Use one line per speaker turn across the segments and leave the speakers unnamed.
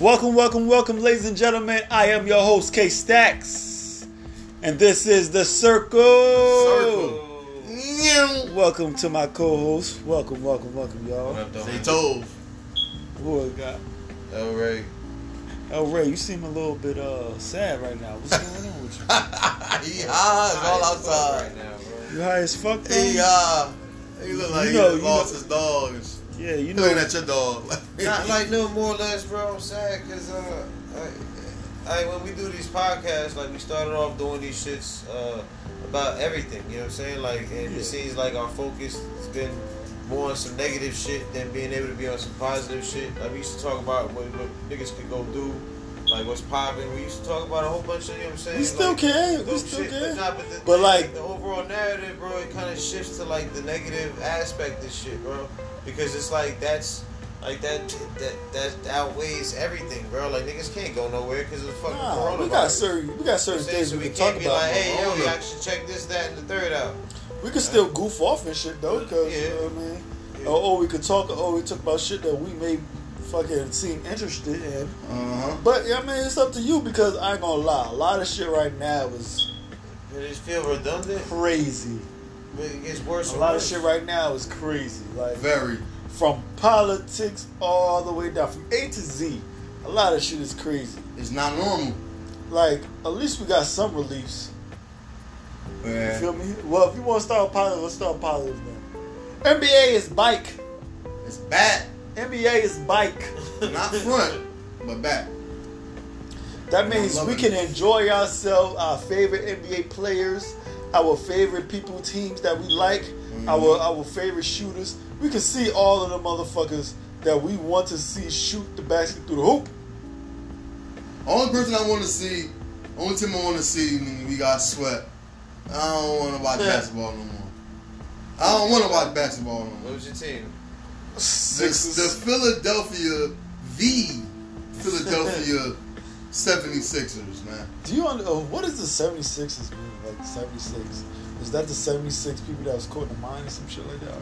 Welcome, welcome, welcome, ladies and gentlemen. I am your host, K Stacks, and this is The Circle.
Nyam.
Welcome to my co host. Welcome, welcome, welcome, y'all.
Say Tove.
Boy, God.
All right.
Oh, Ray, you seem a little bit uh sad right now. What's going on with
he high. It's all outside.
you? You high as fuck, though?
He high. He look like
You know-
he
you
lost
know-
his dog. and sh-
Yeah, you
He
know.
looking at your dog.
Not like no more or less, bro. I'm sad because uh, like when we do these podcasts, like we started off doing these shits uh, about everything. You know what I'm saying? Like, and
Yeah.
it seems like our focus has been more on some negative shit than being able to be on some positive shit. Like we used to talk about what, what niggas could go do. Like what's popping? We used to talk about a whole bunch of you know what I'm saying.
We still
like,
can. We
dope
still
shit, But,
can.
nah, but, the,
But, like-
the overall narrative, bro, it kind of shifts to like the negative aspect of shit, bro. Because it's like that's like that that that outweighs everything, bro. Like niggas can't go nowhere because of the fucking
Nah,
coronavirus.
we got certain
You know
we got
what I'm
certain
saying?
things
so
we
we
can talk
can't be
about.
like, hey, yo,
Corona.
y'all should check this, that, and the third out.
We could still goof off and shit though, cause you
Yeah.
know what I mean. Uh,
Yeah.
Or, or we could talk. Or we talk about shit that we may fucking seem interested in.
Uh-huh.
But yeah, I mean, it's up to you because I ain't gonna lie. A lot of shit right now is
It just feel redundant.
crazy.
But it gets worse.
A
and
lot of
worse.
shit right now is crazy. Like
Very.
from politics all the way down from A to Z. A lot of shit is crazy.
It's not normal.
Like at least we got some reliefs. You
Yeah.
feel me? Well, if you want to start positive, let's start positive then. NBA is bike.
It's back.
NBA is bike.
Not front, but back.
That means
I'm
we
loving
can
it.
enjoy ourselves, our favorite NBA players, our favorite people, teams that we like,
Mm-hmm.
our our favorite shooters. We can see all of the motherfuckers that we want to see shoot the basket through the hoop.
Only person I want to see, only team I want to see, nigga, we got swept. I don't want to watch
Yeah.
basketball no more. I don't want to watch basketball no more.
What was your team?
The,
Sixes.
the Philadelphia, the Philadelphia 76ers, man.
Do you under, uh, what is the 76ers mean? Like 76? Is that the 76 people that was caught in the mine or some shit like that?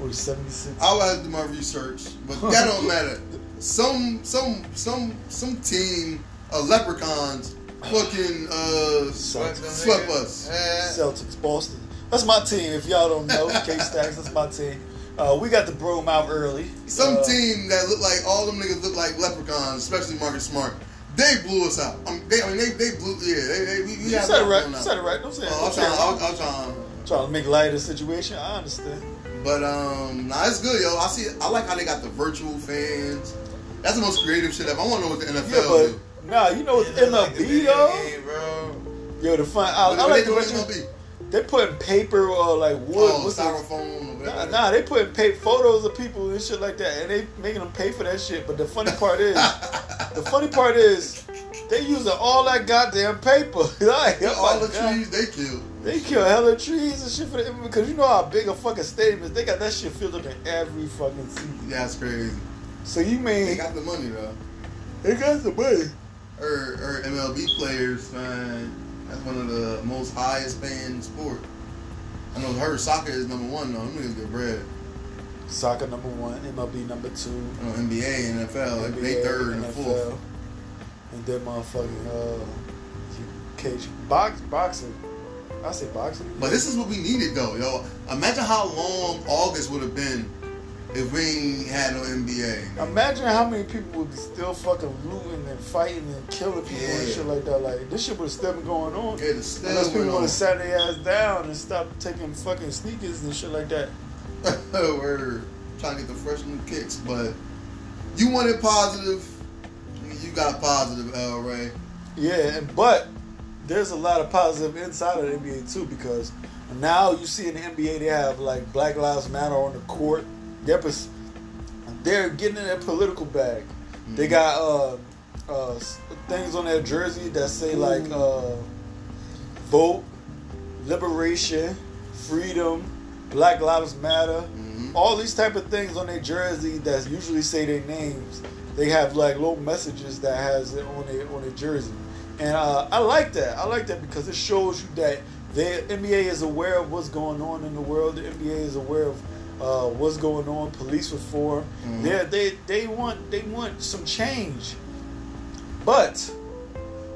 Or the 76?
I would have to do my research, but that don't matter. Some some some some team of leprechauns fucking uh
Swept
them,
swept
nigga?
us.
Eh.
Celtics, Boston. That's my team. If y'all don't know, K Stacks. That's my team. Uh, we got the broom out early.
Some
Uh,
team that look like all them niggas look like leprechauns, especially Marcus Smart. They blew us out. I mean, they, I mean, they, they blew. Yeah, they, they, we, we
You
got
said it
knocked
right.
on
You
out.
said it right. Don't say it.
Oh, I'm
Don't say
trying.
it.
I'm, I'm trying.
Trying to make light of the situation. I understand.
But um, nah, it's good, yo. I see. I like how they got the virtual fans. That's the most creative shit ever. I want to know what the NFL
Yeah, but
do.
nah, you know what's
It look like the
MLB
video
though.
game, bro.
Yo, the fun. I,
What-
I
what
like
they
the
do in
way
MLB?
you- they putting paper or like wood.
Oh,
what's that?
styrofoam. or
Nah,
whatever.
nah, they putting paid photos of people and shit like that, and they making them pay for that shit. But the funny part is, the funny part is, they using all that goddamn paper. like, oh
all
my
the
God.
trees they killed.
They kill hella trees and shit for the because you know how big a fucking stadium is. They got that shit filled up in every fucking season.
Yeah, it's crazy.
So you
They
mean
got the money though.
they got the money?
Or, or MLB players, man. That's one of the most highest paying sport. I know her soccer is number one though. Them niggas get bread.
Soccer number one, MLB number two,
I know NBA, and NFL, Uh, like, they
NBA,
third and
NFL,
fourth.
and then motherfucking uh, you- cage box boxing. I say boxing,
But this is what we needed though, yo. Imagine how long August would have been if we ain't had no NBA.
Imagine how many people would be still fucking looting and fighting and killing people and
Yeah.
shit like that. Like this shit would have still been going on.
It is still
Unless people
went
would
on.
have sat their ass down and stopped taking fucking sneakers and shit like that.
We're trying to get the fresh new kicks, but you wanted positive. You got positive, L. Ray.
Yeah, and but there's a lot of positive inside of the NBA too because now you see in the NBA they have like Black Lives Matter on the court. They're pers- they're getting in their political bag. They got uh, uh, s- things on their jersey that say like uh, vote, liberation, freedom, Black Lives Matter.
Mm-hmm.
Mm-hmm. All these type of things on their jersey that usually say their names. They have like little messages that has it on their on their jersey, and uh, I like that. I like that because it shows you that the NBA is aware of what's going on in the world. The NBA is aware of uh, what's going on, police reform.
Mhm.
Yeah, they they want they want some change, but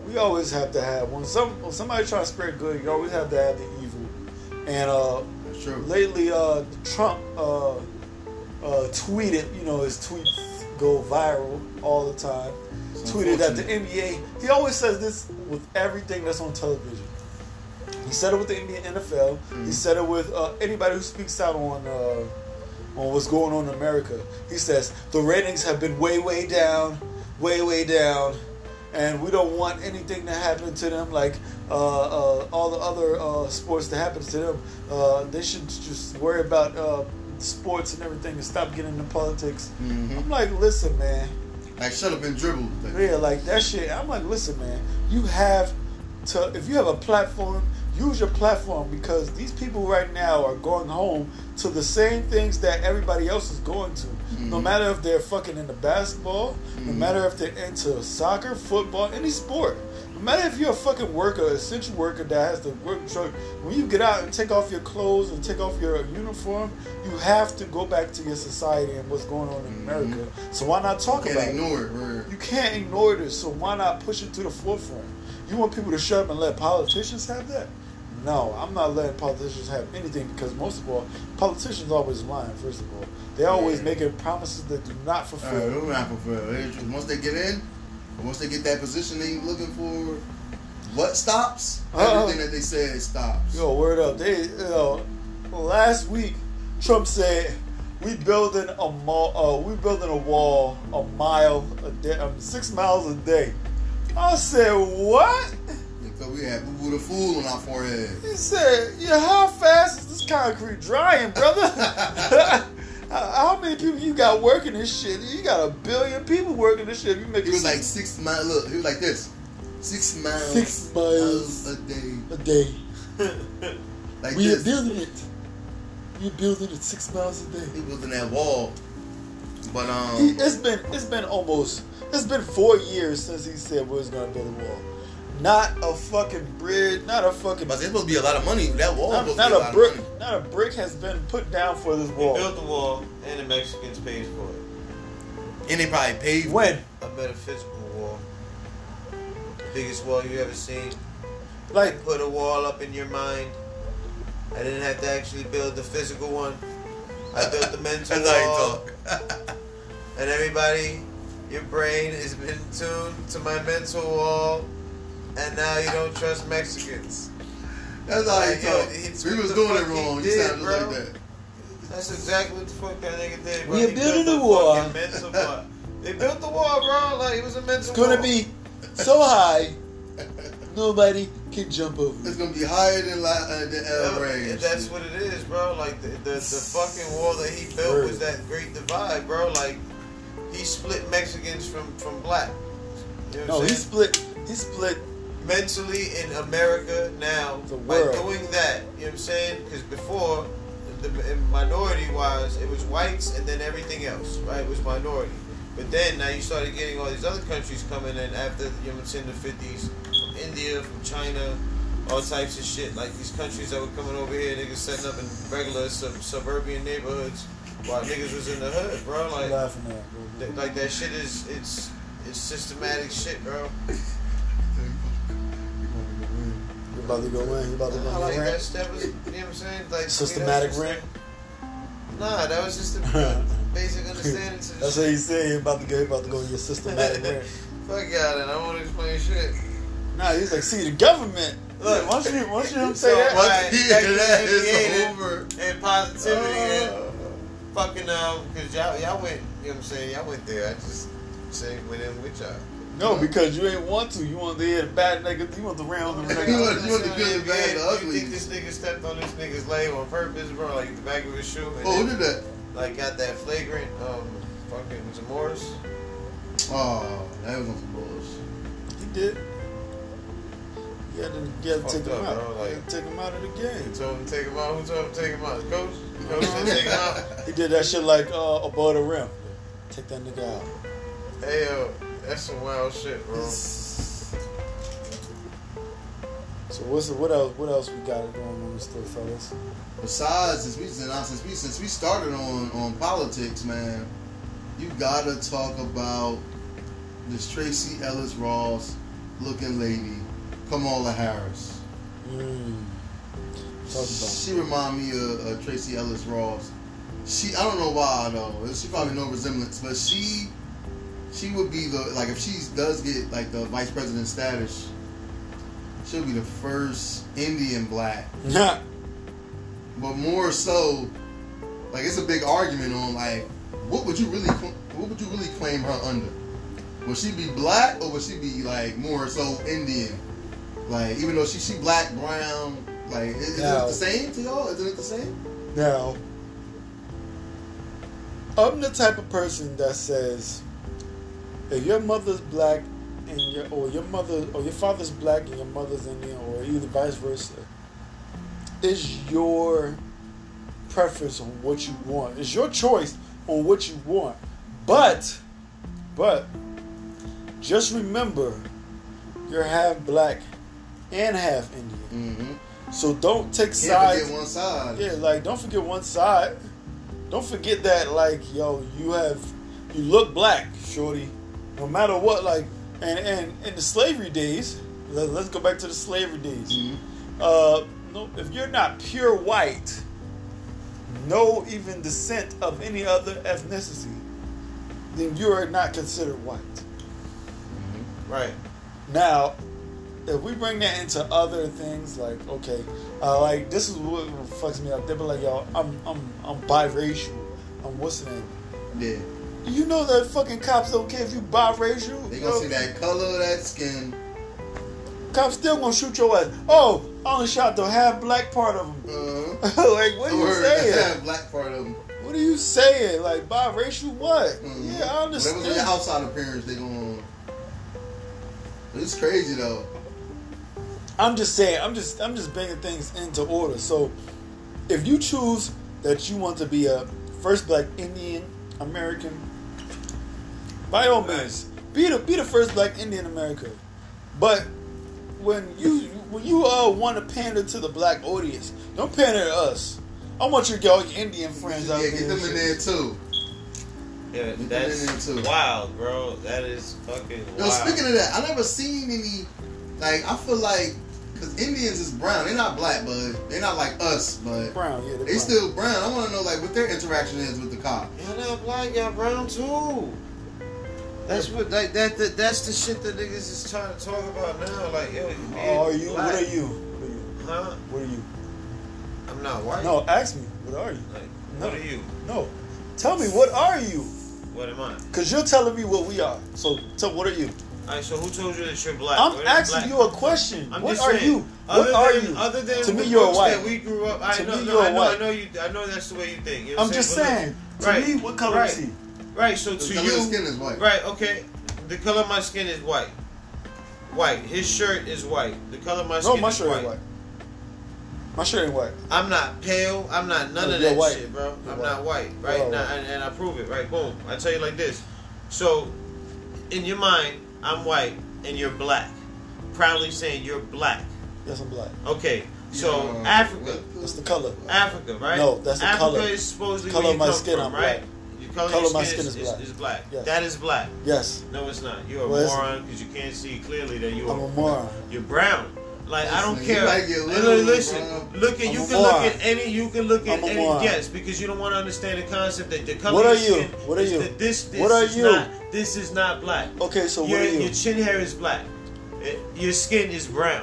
we always have to have when some when somebody try to spread good, you always have to have the evil. And uh,
That's true.
lately, uh, Trump uh, uh, tweeted, you know, his tweets go viral all the time.
It's
Tweeted that the
unfortunate.
NBA, he always says this with everything that's on television. He said it with the NBA, NFL. He
Mhm.
said it with uh, anybody who speaks out on uh, on what's going on in America. He says the ratings have been way, way down, way, way down, and we don't want anything to happen to them like uh, uh, all the other uh, sports that happens to them. Uh, they should just worry about uh, sports and everything and stop getting into politics.
Mhm.
I'm like, listen, man.
Like shut up and dribble. Like,
Yeah, like that shit. I'm like, listen, man, you have to, if you have a platform, use your platform because these people right now are going home to the same things that everybody else is going to. No
Mhm.
matter if they're fucking into basketball, no
Mhm.
matter if they're into soccer, football, any sport. No matter if you're a fucking worker, essential worker that has to work truck, when you get out and take off your clothes and take off your uniform, you have to go back to your society and what's going on in America. So why not talk
Can't
about it?
ignore it. Word.
You can't ignore this, so why not push it to the forefront? You want people to shut up and let politicians have that? No, I'm not letting politicians have anything because most of all, politicians always lying. First of all, they always
Yeah.
making promises that do not
All right,
fulfill.
we're not fulfilled. It's just- Once they get in, once they get that position they looking for, what stops?
Uh-uh.
Everything that they said stops.
Yo, word up! They, you know, last week Trump said we building a mall, uh, we building a wall a mile a day, um, six miles a day. I said what?
Because we had Boo Boo the Fool on our forehead.
He said, "Yeah, how fast is this concrete drying, brother? how how many people you got working this shit? You got a billion people working this shit. You make
He was like six miles. Look, he was like this. Six miles.
Six miles.
a day.
a day.
Like
we are
this.
building it. We're building it six miles a
He
day.
was in that wall. But
He,
um,
it's been it's been almost it's been four years since he said we was gonna build a wall. Not a fucking bridge. Not a fucking.
but there's supposed to be a lot of money. That wall
Not,
supposed
not
to be a, lot
a brick.
of money.
Not a brick has been put down for this
They
wall.
built the wall and the Mexicans paid for it.
And they probably paid. for
When?
A metaphysical wall. The biggest wall you ever seen.
Like
Put a wall up in your mind. I didn't have to actually build the physical one. I built the mental
That's
wall.
how you talk.
And everybody, your brain has been tuned to my mental wall. And now you don't trust Mexicans.
That's how
Like,
you
yo,
talk.
it's
We
what
was
the
doing
fuck
it
he
wrong. You
did,
sounded
bro.
like that.
That's exactly what the fuck that nigga did. Bro.
We are
He
building
built
a wall.
fucking Mental wall. They built the wall, bro. Like it was a mental
It's gonna
wall.
be so high, nobody can jump over
It's
it.
gonna be higher than li- uh, than
Yeah,
El Rey. and
That's
shit.
what it is, bro. Like the, the, the fucking wall that he built was that great divide, bro. Like he split Mexicans from from black. You know
No,
what I'm
he
saying?
split. He split.
mentally in America now
The
by
world.
doing that. You know what I'm saying? Because before, the minority wise, it was whites and then everything else, right? It was minority. But then now you started getting all these other countries coming in after you know what I'm saying the 50s, from India, from China, all types of shit. Like these countries that were coming over here, niggas setting up in regular sub- suburban neighborhoods while niggas was in the hood, bro.
I'm
Like
laughing at, bro.
Th- Like that shit is it's it's systematic shit, bro.
You about to go in. You about to go
I
on
like
your
that
rant.
shit. That was you know what I'm saying. Like to me, that's
Systematic
just-
rent.
Nah, that was just a basic understanding to the
That's what
shit.
he said. He about to go. He about to go on your systematic rant.
Fuck y'all, then I don't want to explain shit.
Nah, he's like, see the government. Look, once you once you him say
So
that,
what-
Once
Right,
he did
that
that,
was
it's
created.
over.
And positivity and
Uh,
fucking um, cause y'all y'all went. You know what I'm saying? Y'all went there. I just say went in with y'all.
no, because you ain't want to. You want the head bad nigga. You want the round the
You
nigga.
want- you want the good, the bad, the
You
ugly.
think this nigga stepped on this nigga's leg on purpose, bro? Like the back of his shoe. And
Oh,
then,
who did that?
like got that flagrant um fucking was it Morris?
Oh, that was on some bullshit.
He did. You had to, you had to
Fucked
take him
up,
out.
bro,
you
like-
had to take him out of the game.
Who told him to take him out? Who told him to take him out? Coach? Coach said take him out.
He did that shit like uh, above the rim. Take that nigga out.
Hey yo, that's some wild shit, bro.
It's-
So
So what's what else? What else we got going on still, fellas?
Besides, since we since we since we started on on politics, man, you gotta talk about this Tracy Ellis Ross looking lady, Kamala Harris.
Mm. Talk about.
She remind me of, of Tracy Ellis Ross. She, I don't know why though. She probably no resemblance, but she, she would be the like if she does get like the vice president status, she'll be the first Indian black.
Yeah.
But more so, like it's a big argument on like what would you really cl- what would you really claim her under? Would she be black or would she be like more so Indian? Like even though she she black brown, like is, is it
No.
the same to y'all? Isn't it the same?
Now, I'm the type of person that says, if your mother's black and your or your mother or your father's black and your mother's Indian or either vice versa, it's your preference on what you want. It's your choice on what you want. But, but, just remember, you're half black and half Indian.
Mm-hmm.
So don't take
Can't
sides.
forget one side.
Yeah, like don't forget one side. Don't forget that like yo, you have you look black, shorty. No matter what, like and and in the slavery days, let, let's go back to the slavery days.
Mhm.
Uh, no, if you're not pure white, no even descent of any other ethnicity, then you are not considered white.
Right.
Now, if we bring that into other things, like okay, uh, like this is what fucks me up. They be like, "Yo, I'm I'm I'm biracial. I'm what's the name?
Yeah.
You know that fucking cops don't care if you biracial.
They
yo.
gonna see that color, that skin.
Cops still gonna shoot your ass. Oh, I only shot the half black part of him.
Uh,
like what are you
or
saying?
that black part of them.
what are you saying? Like biracial what?
Mhm.
Yeah, I
Whatever's on your
understand.
outside appearance, they gonna. It's crazy though.
I'm just saying. I'm just I'm just bringing things into order. So, if you choose that you want to be a first black Indian American, by all means, be the be the first black Indian American. But when you when you uh want to pander to the black audience, don't pander to us. I want you to get all your Indian friends
Yeah,
out
get
there.
them in there too.
Yeah,
put
that's
that in there, too.
wild, bro. That is fucking wild.
Yo, speaking of that, I never seen any. Like I feel like, cause Indians is brown. They're not black, but they're not like us. But
Brown, yeah, they're
they
brown.
still brown. I want to know like what their interaction is with the cop.
Y'all not black, y'all brown too. That's what like that, that that's the shit that niggas is trying to talk about now. Like yo, you being
Oh, are you?
black,
What are you? What are you?
Huh?
What are you?
I'm not white.
No, ask me. What are you?
Like,
No.
what are you?
No, tell me what are you?
What am I?
Cause you're telling me what we are. So, so what are you?
Alright, so who told you that you're black?
I'm
Where did
asking
black
you a question.
I'm
what
just
are
saying,
you?
Other
What are
than-
you?
Other than
to me,
the
you're a
books
white.
That we grew up. I
To
know,
me,
no,
you're a
I know,
white.
I know you. I know that's the way you think. You know what
I'm just
But look,
saying. To
Right.
me, what color
Right.
is he?
Right. So
The
to
color of
you,
skin is white.
right? Okay. The color of my skin is white. White. His shirt is white. The color of my
No,
skin
my
is
shirt ain't
white.
white. My shirt ain't white.
I'm not pale. I'm not none
No,
of
you're
that
white.
shit, bro.
You're
I'm
white.
not white, right?
You're
Nah,
white.
And, and I prove it, right? Boom. I tell you like this. So, in your mind, I'm white and you're black. Proudly saying you're black.
Yes, I'm black.
Okay. So
Yeah.
Africa,
That's the color.
Africa, right?
No, that's the
Africa
color.
is supposedly
Color
where
of
you
my
come
skin,
from,
I'm
right?
black.
Your color,
Color
of your skin, is, is,
black.
is black.
Yes.
That is black.
Yes,
No, it's not. You're a
Well, it's-
moron because you can't see clearly that you
I'm
are.
a moron.
You're brown. Like I don't
Listen, you
care.
might get
Li-
little,
listen,
bro.
look at
I'm
you
a
can look
moron.
at any you can look at
I'm a
any
moron.
yes because you don't want to understand the concept that the color.
What
of
are
your
you?
skin
What are
is
you?
the- This, this
What are
is
you?
Not, this is not black.
Okay, so what
your,
are you?
Your chin hair is black. It- your skin is brown.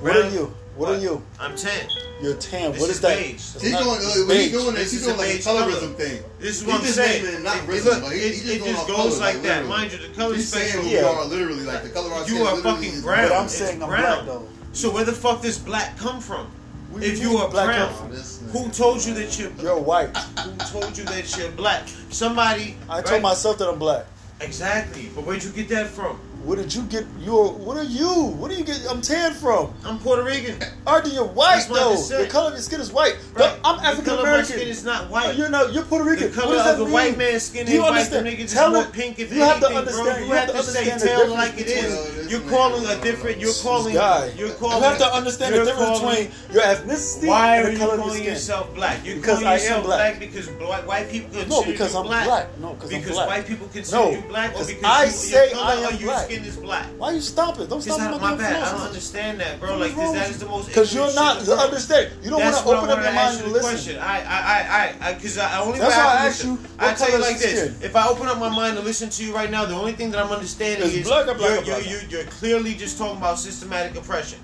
What are
Brown-
you? What are you?
I'm tan.
You're tan.
This
What is
is
that?
beige.
That's
He's
not-
doing
it's
uh, when he's
beige.
doing this.
This
He's
is
doing
a
like a
beige
colorism
color.
thing.
This is
He
what I'm
just
saying.
naming it not
It-
racism,
look,
but he-
it,
he's just
it
going
just
off
goes
color,
like
like,
that.
literally.
Mind you, the color
He's saying
spectrum.
what
Yeah.
we are literally like the color of our
You
skin
are
literally
fucking
is
brown.
But I'm
It's
saying I'm black
brown.
though.
So where the fuck does black come from?
What
If
do
you
mean
are
black
brown,
up?
This nigga.
Who told you that you're
you're white.
who told you that you're black? Somebody
I
right?
told myself that I'm black.
Exactly. But where'd you get that from?
Where did you get your? What are you? What do you get? I'm tan from.
I'm Puerto Rican.
Artie, you're white
That's my
though.
descent.
The color of your skin is white.
Right.
But I'm
The
African
color of my skin
American.
is not
No,
white.
You're not. You're Puerto Rican.
The color
what does that
of the
mean?
white man's skin
Do you
is white. The
understand?
nigga just
Tell
more
it-
pink if
you have to
anything, bro.
understand-
You,
you
have,
have to
to say
understand the
tell
difference
like it
between-
Well, this
is. You're
nigga
calling a
don't
different.
know.
You're calling.
guy.
You're
You
calling.
have to understand the
you're
difference
calling-
between your ethnicity
Why are
and the
you
color of your
calling
skin.
yourself black? You're
Because
calling
I am
yourself
black.
black because black, white people consider
No, because
you
I'm
black.
black. No, 'cause I'm
because
black.
white people consider
No,
you black, or
'cause
because
I
you,
say
your
I
color
am
or your
black.
skin is black.
Why you stop it? Don't
It's
stop
not
at
my bad. I don't
flaws.
understand that, bro. Like this, that is the most.
Because you're
ignorant
not
shit, bro.
understand. You don't want
That's
to
what I
open up
wanted
your
to
mind
ask
and
you the
listen.
question. I, I, I, I, because I, I only.
That's
way I
why I
can
asked
listen-
you, what
I tell you
color
like
is your
this:
skin?
if I open up my mind to listen to you right now, the only thing that I'm understanding
It's
is
black or black
you're,
or black.
You're, you're, you're clearly just talking about systematic oppression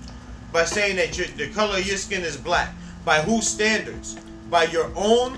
by saying that your the color of your skin is black. By whose standards? By your own.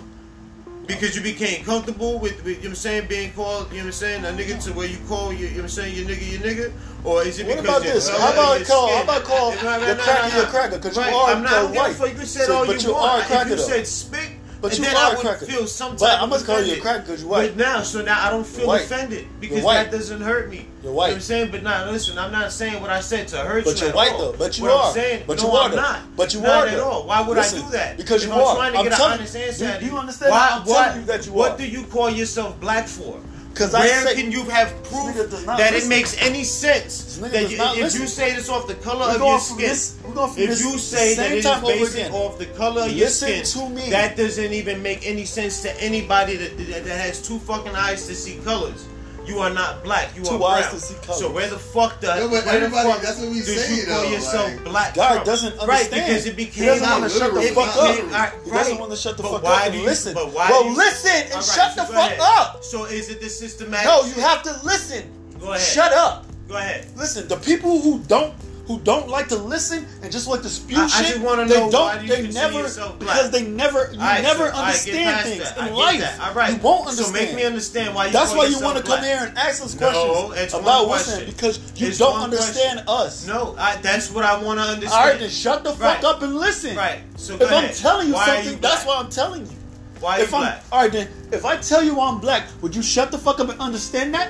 Because you became comfortable with, with you know what I'm saying, being called, you know what I'm saying, a nigga to where you call, you, you know what I'm saying, your nigga, your nigga? Or is it
What
because
about
your
this?
color
How
of
about
your
call- how
skin?
about call
Right, right,
the
no,
cracker
no,
your
no.
cracker? 'Cause you
Right,
are
I'm not, I don't
uh,
give a
white.
fuck. You can say
So-
all
but
you,
you
want.
are a cracker,
if you
though.
said spit,
But
and
you
then
are
I
a
would
cracker.
feel some type
But
of
I'm gonna call you a
offended.
cracker 'cause you're white.
But now, so now I don't feel
white.
offended because
You're white.
that doesn't hurt me.
You're white.
You know what I'm saying, but now listen, I'm not saying what I said to hurt you.
But you're
at
white
all.
though. But you
What
are.
I'm saying,
but
no,
you are.
I'm
though.
not.
But you
not
are.
at
though.
all. Why would
Listen,
I do that?
Because
If
you
I'm
are.
trying to
I'm
get an
telling
honest answer.
you.
out of
Do you understand?
Why,
I'm
why,
telling you that you
what
are.
do you call yourself black for?
'Cause I
Where
say-
can you have proof
nigga does not
that
listen.
it makes any sense
This nigga
that
does
you,
not
if
listen.
you say this off the color
We're
of
going
your
from
skin?
this- we're going from
if
this-
you
this
say
same
that it is
time over
based
again.
off the color of
Listen
your
to
skin,
me.
that doesn't even make any sense to anybody that, that, that has two fucking eyes to see colors. You are not black. You
Two
are brown.
eyes to see colors.
So where the fuck does
Yeah, but
where the
everybody-
fuck
that's what we
did
say,
you call
though,
yourself
like-
black?
God
from?
doesn't
Right,
understand.
because it
He
became
doesn't wanna shut the
literally
fuck
not
up.
literally.
Alright,
He
right.
doesn't want to shut the
But
fuck
why
up
do
and
you-
listen.
but why
well,
do you-
listen and
Alright,
shut
so
the
go
fuck
ahead.
up.
So is it the systematic?
No,
shit?
you have to listen.
Go ahead.
Shut up.
Go ahead.
Listen, the people who don't who don't like to listen and just like to spew
I- I
shit,
just wanna
they
know
don't.
why do you
they
consider
never
yourself black?
because they never you
All right,
never
so- all right, get
understand
past
things
that.
in
I get
life.
that. All right.
You won't understand.
So make me understand why you.
That's
call
why you
yourself
want to come
black.
here and ask us
No,
questions
it's one
about
question.
listening because you
It's
don't
one
understand
question.
us.
No, I, that's what I want to understand.
All right, then shut the fuck
Right.
up and listen.
Right. So
if
go
I'm
ahead.
telling you
Why are you
something, that's why
black?
I'm telling you.
Why are you
if I'm
black?
all right, then if I tell you I'm black, would you shut the fuck up and understand that?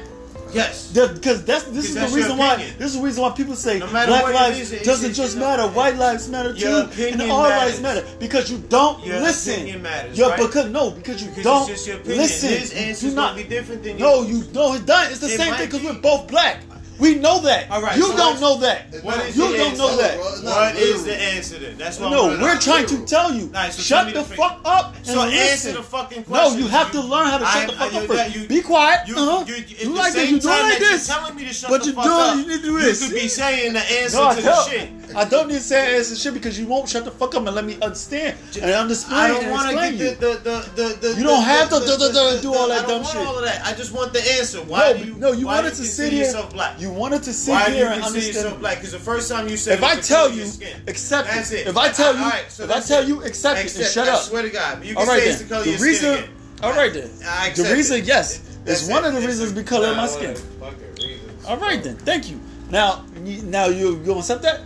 Yes.
Because that's this is the
that's your
reason why
opinion.
this is the reason why people say
No matter
black
what it
lives
is, it-
doesn't
it-
just
it-
matter, white lives matter
Your
too, and
opinion
all lives
matters.
matter because you don't
Your
listen.
opinion matters,
Your-
right?
because no, because you
Because
don't
it's just your opinion.
listen.
His
You
answers
do
might
not
be different than
No,
yours.
you no, it doesn't. It's the
It
same
might
thing because
be.
we're both black. We know that.
All right,
you
so
don't
let's-
know that.
It's
What
not-
is
You
it's
don't
not
know that.
literal, it's not
What is the
literal.
answer then? That's what
No,
I'm
we're trying to
literal.
tell you.
Alright, so tell
shut
me
the
the
fuck up and
So answer
listen.
the fucking
No,
question.
you have to learn how to shut the fuck up first. Be quiet.
You,
uh-huh.
you, you, at
You
the
like this.
same
You doing
time
like
that you're
this.
telling me to shut
but
the
you
fuck
doing-
up.
you need to do this.
You could be saying the answer
No, I
to the
don't.
shit.
I don't need to say ass and shit because you won't shut the fuck up and let me understand and understand
I don't
and
want to
explain
get
you.
the, the, the, the, the
You don't
the-
have to
the-
do- do- do-
the-
do all
the-
that
I
dumb
don't want
shit.
all of that. I just want the answer. Why
no,
do you?
no, you
why
wanted
do
to
you
sit
consider
here.
Yourself black?
You wanted to sit
Why do you
here and
consider
understand.
yourself black? Because the first time you said,
If I
it's
tell
because of
you,
your skin.
accept
that's
it.
it.
If I tell you,
all right, so
if I
that's
tell
it.
you, accept it and
Accept-
shut
I
up.
swear to God, you
All
can
right
say it's
then.
the color of
The
your
reason.
skin. again.
all right then.
I accept
The reason,
it.
yes,
That's
is one
it.
of the
It's
reasons
a-
because of
nah,
my
one
skin.
of the fucking reasons.
All right then. Thank you. Now, you- now you you gonna accept that?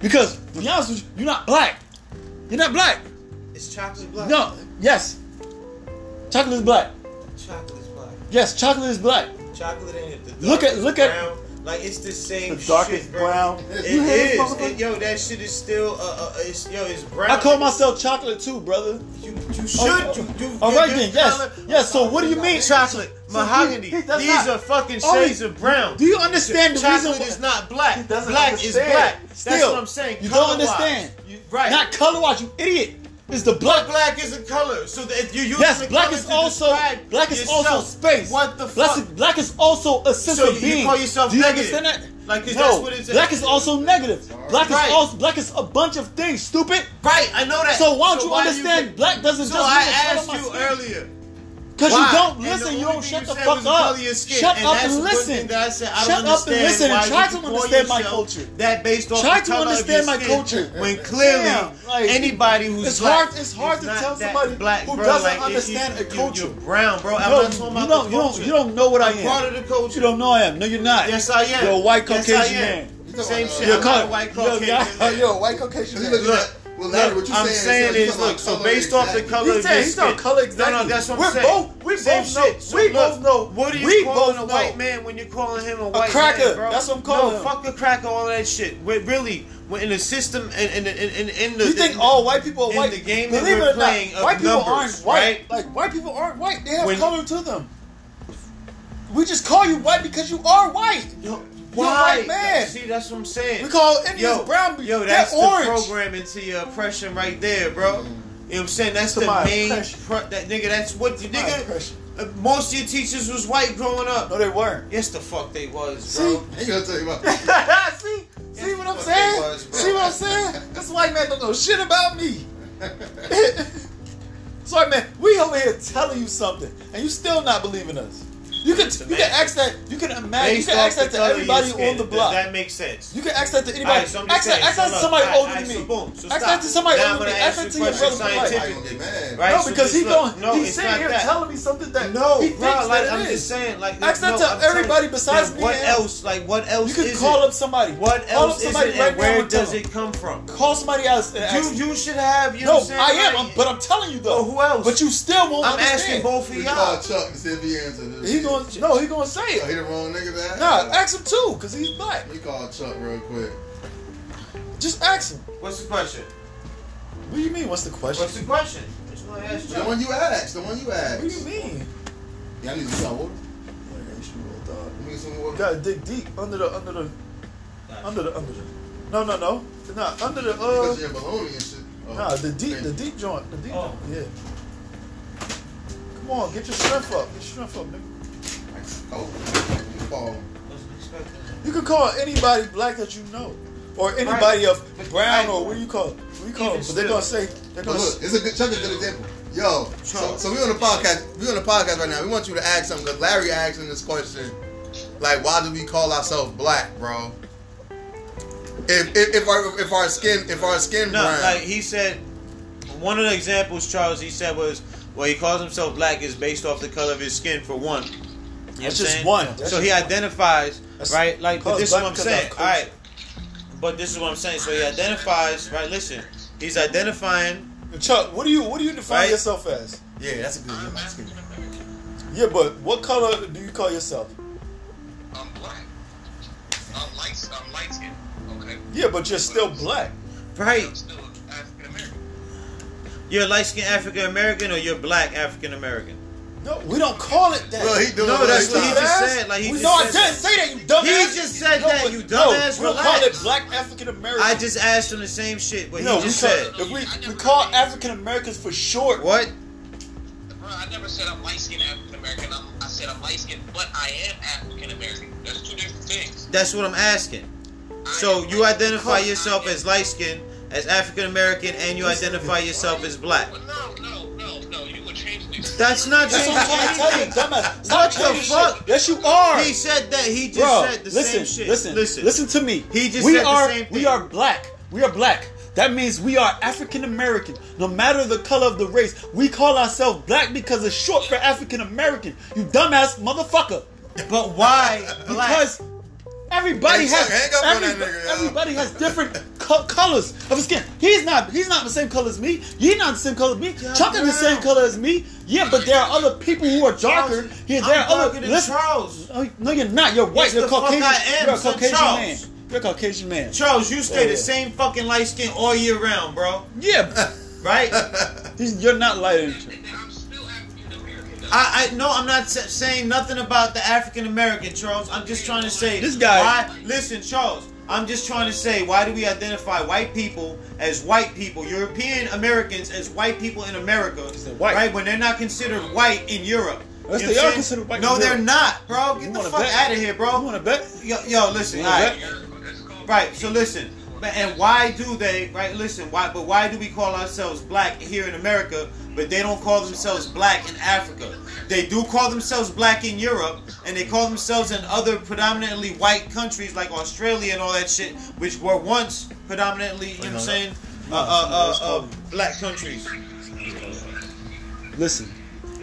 Because to be honest with you, you're not black. You're not black.
It's chocolate black.
No. Yes. Chocolate is black.
Chocolate's black.
Yes, chocolate is black.
Chocolate ain't it. The
Look at-
darkest
look at-
brown. Like it's the same
The darkest
shit, bro.
brown.
It
You hear this
is.
motherfucker?
It- yo, that shit is still. Uh, uh, it's, yo, it's brown.
I call myself chocolate too, brother.
You, you should.
Oh,
you, you,
all
you-
right
you
then, yes,
color-
yes, so what do you mean?
Chocolate,
So
mahogany.
he- he does
These
not-
are fucking
Only-
shades of brown.
Do you understand the
Chocolate
reason? why-
is not black. Black
doesn't
is
understand.
black. That's
Still,
what I'm saying.
You don't
Color-wise.
understand.
You- right.
Not color wise, you idiot. It's the black.
black is a color. So that if you use
Yes,
the
black
colors
is
to
also
describe
black is
yourself,
also space.
What the
Black
fuck?
is, black is also a sense
So
of
you
being.
call yourself
Do you
negative.
understand that?
Like, 'cause
no,
that's what it's-
black is also negative. Black
Right.
is also black is a bunch of things. Stupid.
right, I know that.
So why don't you
do
understand? black doesn't
so
just
I
mean the color of
asked
my
you
skin.
earlier.
Because you
Why?
don't
And
listen,
the
you
only
don't
thing
shut
you
the
said
fuck
was the
up.
color of your skin,
Shut
and
up
that's
and
the one
listen.
thing that I said, I
Shut up
don't
and
understand
listen and
why
try
you
to
call
understand my
yourself
culture.
That based off
Try
the
to
color of
understand
your
my
skin,
culture.
When clearly
Damn, like,
anybody who's
it's
black
hard- it's hard
is
to
not
tell
that
somebody
black,
who
bro.
doesn't
Like, if
understand
you,
a culture.
You, are brown, bro. I'm
No,
not talking about
you don't-
the
you don't-
culture.
you don't know what I
I'm
am.
Part of the culture.
You don't know I am. No, you're not.
Yes, I am.
You're a white
Yes,
Caucasian
I am.
man.
You're talking
Same
about-
shit.
You're
I'm
You're
not
caught.
a
You're,
white Caucasian.
you're, you're a white Caucasian
He
man.
looking
Look,
at- Well,
Look,
Larry, what you
I'm saying
uh, you
is,
talking about
look, so
color
based off the
exactly.
color
He's
of
saying-
your
he's
skin.
not color exactly.
No, no, that's what
We're
I'm saying.
both- we
Same
both know-
shit. So
we
look,
both know.
What are you
We
calling
both
a
know.
white man when you're calling him a white
cracker.
man, bro?
That's what I'm calling
No,
him.
fuck a cracker, all that shit. We're really, we're in the system and in, in, in, in, in the.
You think
in the-
all white people are
in
white?
the game that
Believe
we're
it or not,
playing of
white people aren't
numbers,
white.
right?
Like white people aren't white. They have
When-
color to them. We just call you white because you are white.
Yo,
white
why?
man.
See, that's what I'm saying.
We call Indians
yo,
brown people.
Yo,
They're
that's
orange.
the programming to your oppression right there, bro. You know what I'm saying? That's
To
the
my
main
oppression.
pro- that nigga. That's what you
My
nigga.
oppression.
uh, Most of your teachers was white growing up.
No, they weren't.
Yes, the fuck they was,
See?
bro.
I ain't gonna tell you about
see, see what I'm
Fuck
saying?
they was, bro.
see what I'm saying? This white man don't know shit about me. Sorry, man. We over here telling you something, and you still not believing us. You can you can ask that. You can imagine. You
Based
can
off
ask that
the
to
color of
everybody
your skin,
on the
th-
block.
That makes sense.
You can ask that to anybody.
Alright, so I'm just
ask that,
saying,
ask
so
that to
look,
somebody
alright,
older than me.
alright, so boom, so
ask
stop.
that to somebody
Now I'm
older than
gonna
me.
ask
Ask that
you
to
a
your brother.
question
it.
Like,
I ain't gonna get
scientific.
mad.
Right?
no,
so
because
just
he
look,
don't.
No,
he's
it's
sitting
not
here
that.
telling me something that
No,
he
bro,
thinks
like,
that it
I'm
is.
just saying, like,
Ask
no,
that to
I'm telling
everybody
you,
besides
now,
me
What
and him.
else? Like, what else?
You can
is
call
it?
up somebody.
What
call up
else is
somebody
it?
right
And
now
where
and tell
does
them.
it come from?
Call somebody else and ask.
You you should have. You know
no,
what I'm
I
saying?
am,
Like,
I'm- but I'm telling you though.
Well, who else?
But you still won't
I'm asking
understand.
both of
We call
y'all.
Chuck to see if he answered this.
He going to no, he gonna say
Oh,
it.
he the wrong nigga that?
Nah, ask him too, cause he's black.
We call Chuck real quick.
Just ask him.
What's the question?
What do you mean? What's the question?
What's the question? I just wanna ask
The
you.
one you asked, the one you asked.
what do you mean?
Y'all need some water? Let me get some water.
You gotta dig deep under the under the under the under the. No, no, no. Nah, under the uh.
Because you're baloney and shit. Oh,
Nah, the deep, the
thank you.
deep joint, the deep
Oh.
joint. Yeah. Come on, get your strength up. Get your strength up, nigga.
Nice. Oh, you fall.
Wasn't expecting that.
You can call anybody black that you know, or anybody of brown or what do you call it? What do you call
Even
it? But they're
still.
gonna say they're
But
gonna.
look, it's a good Chuck is a good example. Yo, so, so we on the podcast. We on the podcast right now. We want you to ask something because Larry asked him this question, like, why do we call ourselves black, bro? If if, if our if our skin if our skin
No,
brown,
like he said, one of the examples Charles he said was, well, he calls himself black is based off the color of his skin for one. You know what I'm
That's just
saying?
one. That's just
so he
one.
identifies,
That's-
right? Like, but
Cause
this is what
black
I'm
because
saying.
of
All
culture.
right, but this is what I'm saying. So he identifies, right? Listen, he's identifying.
Chuck, what do you what do you define
Right?
yourself as?
yeah, that's a good.
I'm
That's a good.
African American.
Yeah, but what color do you call yourself?
I'm black. I'm light. I'm light skinned. Okay.
Yeah, but you're still black.
I'm
Right,
still African American.
you're light skinned African American or you're black African American.
No, we don't call it that.
Look, he doing
No,
it
that's
like
what he
that.
just said. Like he
we,
just
no, I
said-
didn't say that. You dumbass.
He just said that,
but-
you
no,
dumbass,
We don't call it
relax.
black African American.
I just asked him the same shit, but
no,
he
we
just
call,
said
if we we call African Americans for short.
what?
Bro, I never said I'm light skinned African American. I'm- I said I'm light skinned, but I am African American. That's two different things.
That's what I'm asking.
I
So
am
you
light-
identify
I
yourself
am-
as light skinned, as African American, and you identify yourself as black.
Well, no, no, no, no. You were changing it.
That's not
That's what I'm trying to
changing
tell you,
anything.
dumbass.
What
Stop
the
trying to
fuck?
shit. Yes, you are.
He said that. He just
Bro,
said the
listen,
same shit.
listen,
listen,
listen, listen to me.
He just
we
said the
are,
same
We
thing.
are black. We are black. That means we are African American. No matter the color of the race, we call ourselves black because it's short for African American. You dumbass motherfucker.
But why black?
Because everybody
Hey,
has
Chuck, hang up on that
every-
nigga, yo.
everybody has different co- colors of his skin. He's not he's not the same color as me. You're not the same color as me. Chuck is the
Brown.
same color as me. Yeah, but there are other people who are darker.
Charles,
Here, there
I'm
are
darker
other.
than
Listen,
Charles.
Oh, no, you're not. You're white.
Yes,
you're
the fuck
Caucasian.
I am,
you're a
son,
Caucasian
Charles.
man. You're a Caucasian man.
Charles, you stay
Yeah.
the same fucking light skin all year round, bro.
Yeah,
Right?
he's, you're not lighter. than
And-
Chuck.
and I'm still African American. though.
I, I no, I'm not sa- saying nothing about the African American, Charles. I'm just trying to say
This guy-
Why, listen, Charles. I'm just trying to say why do we identify white people as white people, European Americans as white people in America,
They're white.
right? When they're not considered white in Europe.
Yes,
You
they are
know what I'm saying?
considered white
No,
in
they're
Europe.
not, bro. Get
You
the
wanna
fuck
bet?
out of here,
You
bro.
want to bet?
Yo, yo, listen.
You
All
wanna
right.
bet?
That's called-
Right. So listen, but- and why do they? Right. Listen. Why? But why do we call ourselves black here in America, but they don't call themselves black in Africa? They do call themselves black in Europe, and they call themselves in other predominantly white countries like Australia and all that shit, which were once predominantly, you know what I'm saying, uh, uh, uh, uh, black countries.
Listen,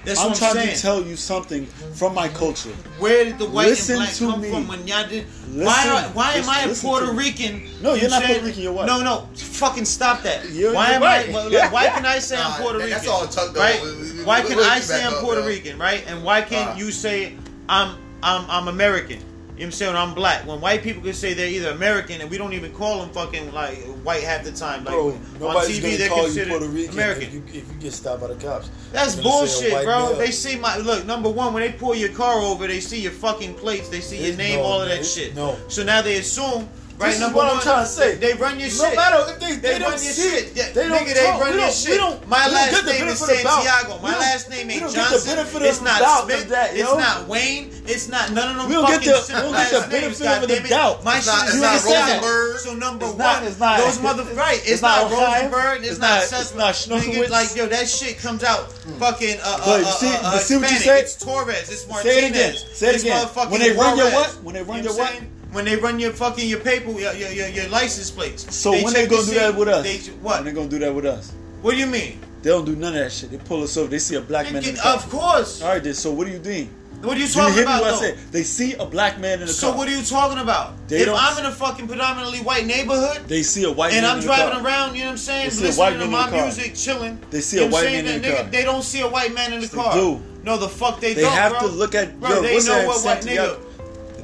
That's
I'm
what I'm
trying
saying.
to tell you something from my culture.
Where did the white
Listen
and black
to
come
me.
from when y'all did? why
Listen.
are, why am
Listen-
I a
listen
Puerto
to me.
Rican?
No,
You
you're not
said-
Puerto Rican, you're white.
No, no, fucking stop that.
You're-
why
you're
am
white.
I? well, like, why can I say
Nah,
I'm Puerto
that-
Rican?
that's all tucked up.
right?
We- we- we-
why
we-
can
we'll
I
get
say
back
I'm
up,
Puerto
though.
Rican, right? And why can't
Nah.
you say I'm I'm I'm American? You know what I'm saying? I'm black. When white people can say they're either American and we don't even call them fucking like white half the time. Like
Bro,
on
nobody's
TV,
gonna
they're
call you
considered
Puerto Rican
American.
If, you, if you get stopped by the cops.
That's
They're gonna say a
bullshit,
white
bro.
male.
They see my look. Number one, when they pull your car over, they see your fucking plates. They see your
It's-
name,
no,
all of
no,
that
it's-
shit.
no.
So now they assume, right?
This is
number
what
one,
I'm trying to say.
They run your
No
shit.
matter if they, they,
They
don't
run your
see
shit.
it,
Yeah,
they don't
nigga, they
talk.
run
we
your
don't,
shit.
We don't,
My
we don't
last
get the
name is
benefit of the doubt.
Santiago. My
We don't-
last name is
we don't
Johnson.
Get the benefit of
It's
the
not
doubt of
Smith.
That,
it's
yo.
not Wayne. It's not none of them
We don't get
fucking
the-
shit
we don't
last
get the
names,
benefit of the
goddammit.
doubt.
My
It's
shit
not-
is
it's
not
Rosenberg.
So number
It's
one,
not- it's not-
those mother right. It's,
it's not
not,
Ohio.
Rosenberg. It's,
It's
not.
not-
Seth-
it's not
Nigga,
Schnorowitz.
like yo, that shit comes out fucking. Uh, uh,
Hmm. But you
uh,
see-
uh,
but see what you
Hispanic.
said?
It's Torres. It's Martinez.
Say it again. Say it
it's
again.
motherfucking
When they run your
Juarez.
what? When they run
You know
your
I'm
what?
saying? When they run your fucking your paper, your your, your, your license plates.
So when
check
they gonna
to
do
see-
that with us?
They,
When
what?
they gonna do that with us?
What do you mean?
They don't do none of that shit. They pull us over. They see a black man in the
Nigga,
car.
Of course.
All right, then. So what do you think?
What are you
Do you
talking
hear me?
about?
What I
though?
said? They see a black man in the
So
car.
what are you talking about?
They
if
don't-
I'm in a fucking predominantly white neighborhood,
They see a white
and
man
I'm
in the
driving
car.
around, you know what I'm saying,
They see a
listening
white
to
man
my
in the car.
music, chilling.
They see
you
a
know what
white
I'm
man
saying?
in
That
the
nigga-
car.
They don't see a white man in the
Yes, they
car.
do.
No, the fuck they,
They
don't.
have
bro.
to look at-
bro.
yo,
they
what's
know
that
what white
Santiago-
nigga.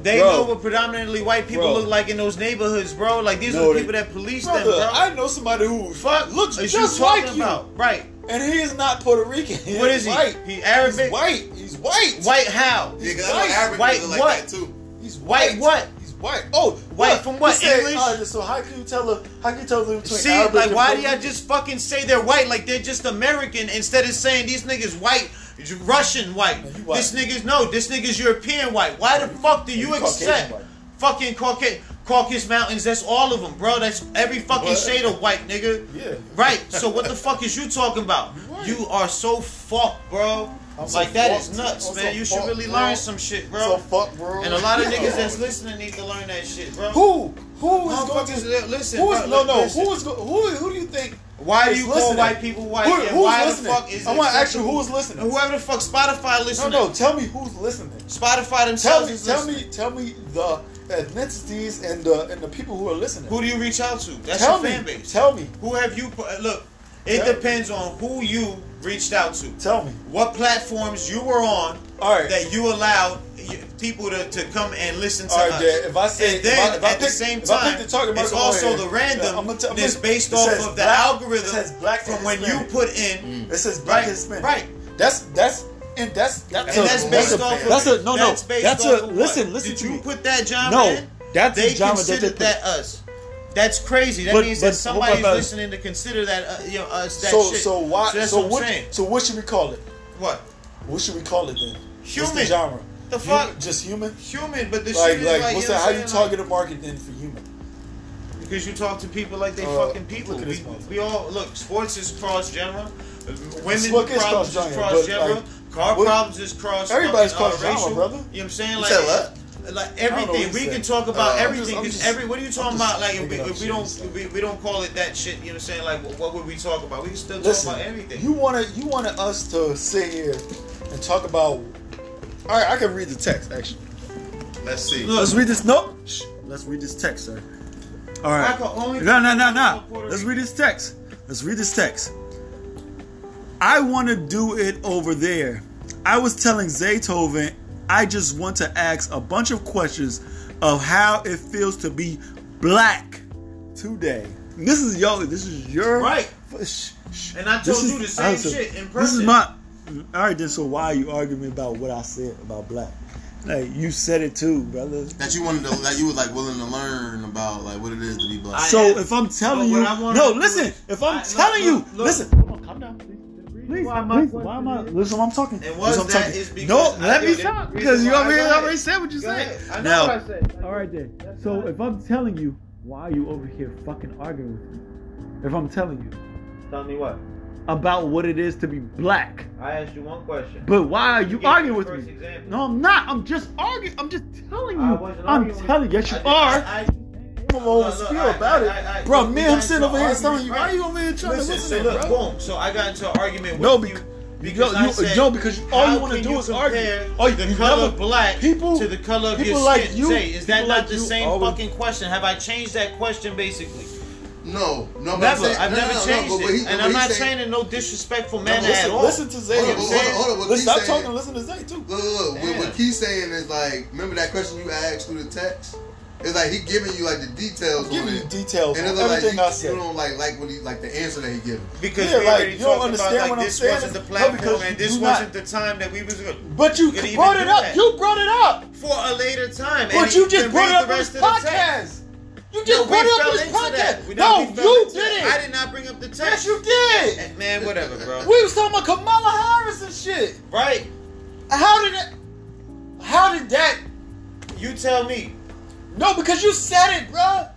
They
Bro.
know what predominantly white people
Bro.
look like in those neighborhoods, bro. Like these
No,
are the
they-
people that police them,
Brother,
bro.
I know somebody who
fuck
looks
is
just
you talking
like you,
about? Right.
and he is not Puerto Rican. He
What is he?
White.
He
He's
Arabic.
white. He's white.
White how?
Yeah, 'cause
White-
I know
white
Africans are like
what?
that too.
He's
White what?
He's white. Oh,
White from what?
He said,
English?
"Uh, so how can you tell? A, how can you tell them between
See,
Arabic
like,
and
why
Puerto
do y'all
Rican?
just fucking say they're white like they're just American instead of saying these niggas white, Russian white?
you white.
This niggas no, this niggas European white. Why the fuck do you,
you Caucasian
accept
white.
fucking Cauca- Caucasus Mountains? That's all of them, bro. That's every fucking
What?
shade of white, nigga.
Yeah.
Right. So what the fuck is you talking about?
right.
You are so fucked, bro.
I'm so
like that is
fucked.
nuts,
I'm
man.
so
you should
fucked,
really
bro.
learn some shit, bro.
So fuck, bro.
and a lot of
Yeah.
niggas that's listening need to learn that shit, bro.
who who is going
Motherfuckers,
to
li- listen,
Who is
bro,
no
look,
no?
listen.
Who is go, who who do you think?
Why do
is
you call
listening?
white people white?
Who,
and
who's
why
listening?
the fuck is
I want to
it-
ask you who's listening.
Whoever the fuck Spotify
No
listening.
no, tell me who's listening.
Spotify
Tell
themselves
me
is
tell
listening.
me tell me the ethnicities and the and the people who are listening.
Who do you reach out to? That's
tell
your
me
fan base.
tell me
who have you put, look? It
Tell-
depends on who you reached out to,
tell me.
what platforms you were on
All right.
that you allowed you- people to, to come and listen to
All right,
us.
Dad, if I say
and
if
then
I, if
at
I
the
pick-
same
if I
time,
pick the target
it's
market
also
on here,
the randomness
I'm gonna tell- I'm gonna-
based
it
off
says
of the
black-
algorithm
it says black and
from when you
Hispanic. Mm.
put in.
It says black
Right,
Hispanic.
right.
That's that's and that's that's,
And
a,
that's based
that's a,
off of
that's a no no
That's, based
that's
off
a
of what?
listen listen
Did
to
you
me.
put that genre?
No,
in?
that's
they
the genre that they
considered
put.
that us. That's crazy. That
But-
means that
but-
somebody's
but- but-
listening to consider that uh, you know, us. That
so
shit.
so why
So
so,
that's what I'm
what
saying.
so what should we call it?
What?
What should we call it then? What's
Human.
the genre?
The
Hu-
fuck?
just human?
Human, but the
Like like
shit is like
what's
you know
that? How
what
you
I'm saying?
target a market then for human?
Like, because you talk to people like they
Uh,
fucking people.
look at this
We,
motherfucker.
we all look. Sports is cross genre. Women
Look, it's
problems is
cross-genre,
cross
but,
genre.
like,
Car
what-
problems is cross.
Everybody's
fucking, uh,
cross-genre,
racial.
brother.
You know what I'm saying?
You
Like
said what?
don't
like
know what
everything
you
we
said.
can talk about
Uh, I'm
everything
just- I'm
'cause
just-
every what are you talking
I'm
about
just
like if we,
thinking
if we
about
don't
shit.
we, we don't call it that shit you know what I'm saying like what, what would we talk about we can still
Listen,
talk about everything
you wanted you wanted us to sit here and talk about. All right, I can read the text actually.
Let's see.
Look.
Let's read this. Nope. Shh. Let's read this text, sir. All
I can only-
right. No, no, no, no.
Puerto
Let's
Rican.
read this text. Let's read this text. I want to do it over there. I was telling Zaytoven, I just want to ask a bunch of questions of how it feels to be black today. This is yo. This is your
Right.
Shh, shh.
And I told
This
you the same
I'm so-
shit in
This is
person.
my. All right, then. So why are you arguing about what I said about black? Like you said it too, brother.
That you wanted to, that you was like willing to learn about like what it is to be black.
I
So
am.
if I'm telling
But
you,
what I wanna
no,
do
listen.
is-
If I'm
I- look,
telling
look,
you,
look.
listen. calm down, please. Please, why,
why my
why am
question
I?
is-
Listen, I'm talking.
And was
Listen, I'm
that
talking.
is because
no,
I
let me
did it.
talk
The
because you
reason
already
why- go
already
ahead.
said what you said.
I know
Now-
what I said
All right then. So if I'm telling you, why are you over here fucking arguing with me? If I'm telling you
tell me what
about what it is to be black,
I asked you one question
but why are you
gave
arguing
me the
with
first
me?
example.
No, I'm not. I'm just arguing. I'm just telling
I
you.
wasn't
I'm
arguing with
telling you. Yes, you are.
I, I,
Come over and
Look, look,
spill
alright,
about
alright, alright,
it, bro.
look,
Me,
you
I'm
guys
sitting
are
over here
arguing,
telling you.
right?
Why are you over here trying to
Listen, so
listen,
look,
bro?
boom. So I got into an argument with
No,
you.
bec- No, you- no, because you- all you
how
wanna
can
do
you
is argue.
compare
All you-
the
you
color
never-
black
people-
to the color of your
people like
skin.
you-
Say, is that
people
not
like
the
you
same
always-
fucking question? Have I changed that question basically?
No, no, but I'm
Never.
saying-
I've
no,
never
no, no,
changed
but what
it,
he-
and
what
I'm
he
not
saying-
saying in no disrespectful
Listen,
manner at all.
listen to Zay.
Hold on,
I'm
hold
saying-
on, hold on, what
Listen,
he's
I'm
saying-
talking. Listen to Zay too.
Look, look, look, what,
Yeah.
what Key's saying is like, remember that question you asked through the text? It's like he giving you like the details
Give
on
me
it.
details
And
on
it's like
everything
you,
I said.
you don't like like what he like the answer that he giving.
because
Yeah,
we
like,
already
you don't
talked
understand
about
what
like
I'm
this
saying
wasn't
is- no,
the platform
because
and
you
this
do
wasn't
not-
the time that we was going
But you
Could even
brought
do
it up.
that.
You brought it up.
for a later time. and
But you
can
just
read
brought it
the
up on
rest
this
of the text.
podcast. You
No,
just
we
brought it up
fell
on this
into that.
podcast.
We
No,
never- we fell
you
into that.
did
I
it.
did not bring up the text.
Yes, you did.
Eh, Man, whatever, bro.
We was talking about Kamala Harris and shit.
Right?
How did that? How did that?
You tell me.
No, because you said it, bruh.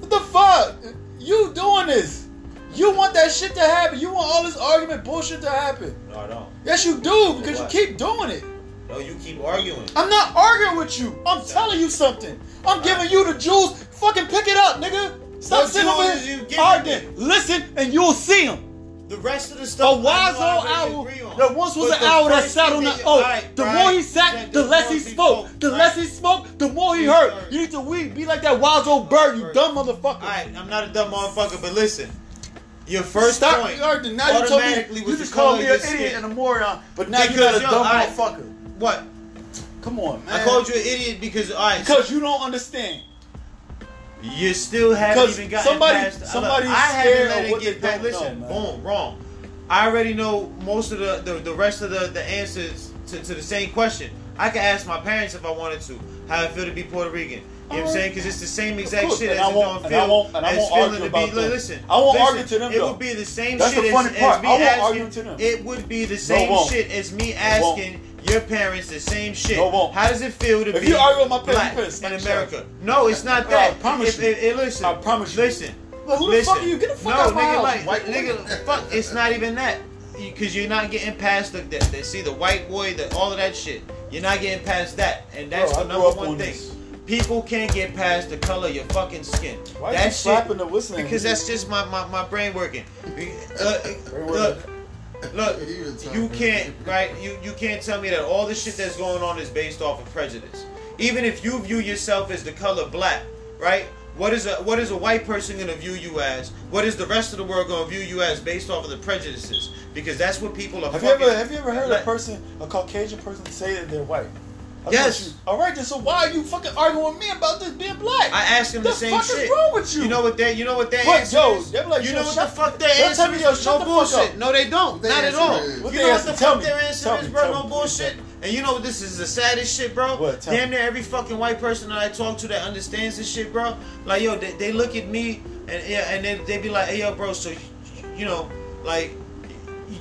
What the fuck? You doing this? You want that shit to happen? You want all this argument bullshit to happen?
No, I don't.
Yes, you do because you
What?
keep doing it.
No, you keep arguing.
I'm not arguing with you. I'm telling you something. I'm giving you the jewels. Fucking pick it up, nigga. Stop
What
sitting
jewels
over
is you
here
giving
arguing. Listen, and you'll see them.
The rest of the stuff.
A wise old owl. There once was an owl
hour
that sat on the oak. the more he sat, the less he spoke. The less he spoke, the more he
He
heard.
heard.
You need to weep. Be like that wise old bird, you dumb motherfucker.
Alright, I'm not a dumb motherfucker, but listen. Your first
Stop.
point.
You already- now you told
automatically
me
was
you
the
just called
color
me
of
an
your
idiot
skin.
and a moron, but now you're
Because
not a
yo,
dumb
alright.
motherfucker.
What?
Come on, man.
I called you an idiot because alright.
because you don't understand.
You still haven't
Because
even gotten
somebody-
past. look,
somebody's
I haven't
scared
let
of
it
what
get
they
past.
don't know,
Listen,
man.
boom, wrong. I already know most of the the, the rest of the, the answers to, to the same question. I could ask my parents if I wanted to how I feel to be Puerto Rican. You know what I'm saying? Because it's the same exact
course,
shit
and
as
I
it
won't-
don't
and
feel
I won't- and I
as
won't
feeling
argue
to
about
be.
them.
Listen,
I won't
listen,
argue to them,
It
though.
would be the same
That's
shit
the
as,
funny
as
part.
me
I won't
asking.
argue to them.
It would be the
it
same
won't.
shit as me
It won't.
asking your parents the same shit.
No, it won't.
How does it feel to
If
be
you argue with my parents,
black
you better smack
in
the shit out of
America? No, it's not that.
Oh, I promise
If-
you.
if- if- listen,
I promise you.
Listen,
But who the
listen.
fuck are you? Get the fuck
no,
out of my
nigga,
house,
Like,
white boy.
nigga, fuck. It's not even that. Because you're not getting past the, the, the- see the white boy, the all of that shit. You're not getting past that, and that's
Bro, I
the
grew
number
up
one
on
thing.
this.
People can't get past the color of your fucking skin.
Why
that
you
shit,
slapping the whistling?
Because that's just my, my, my brain working. Uh,
working.
look, look,
He retarded.
you can't right. You you can't tell me that all the shit that's going on is based off of prejudice. Even if you view yourself as the color black, right? What is a what is a white person gonna view you as? What is the rest of the world gonna view you as based off of the prejudices? Because that's what people are.
Have you ever
fucking-
have you ever heard
like-
a person, a Caucasian person, say that they're white? I
Yes.
thought you- All right, then. So why are you fucking arguing with me about this being black?
I asked him the,
The
same
fuck is
shit.
wrong with you?
You know what they? You know what their
What,
answer
yo,
is?
they be like,
you
yo,
know what the
shut the-
fuck their
yo,
answer
tell me,
is?
yo, shut
no
the fuck
bullshit.
up.
No, they don't.
their
Not at
answer
all.
is?
What
you
their
know what
answer-
the
tell
fuck
me.
their answer
Tell
is,
me,
bro?
tell
No
me.
bullshit. And you know what? This is the saddest shit, bro.
What, tell
Damn
me.
near every fucking white person that I talk to that understands this shit, bro. Like yo, they, they look at me and yeah, and they, they be like, hey yo, bro, so you know, like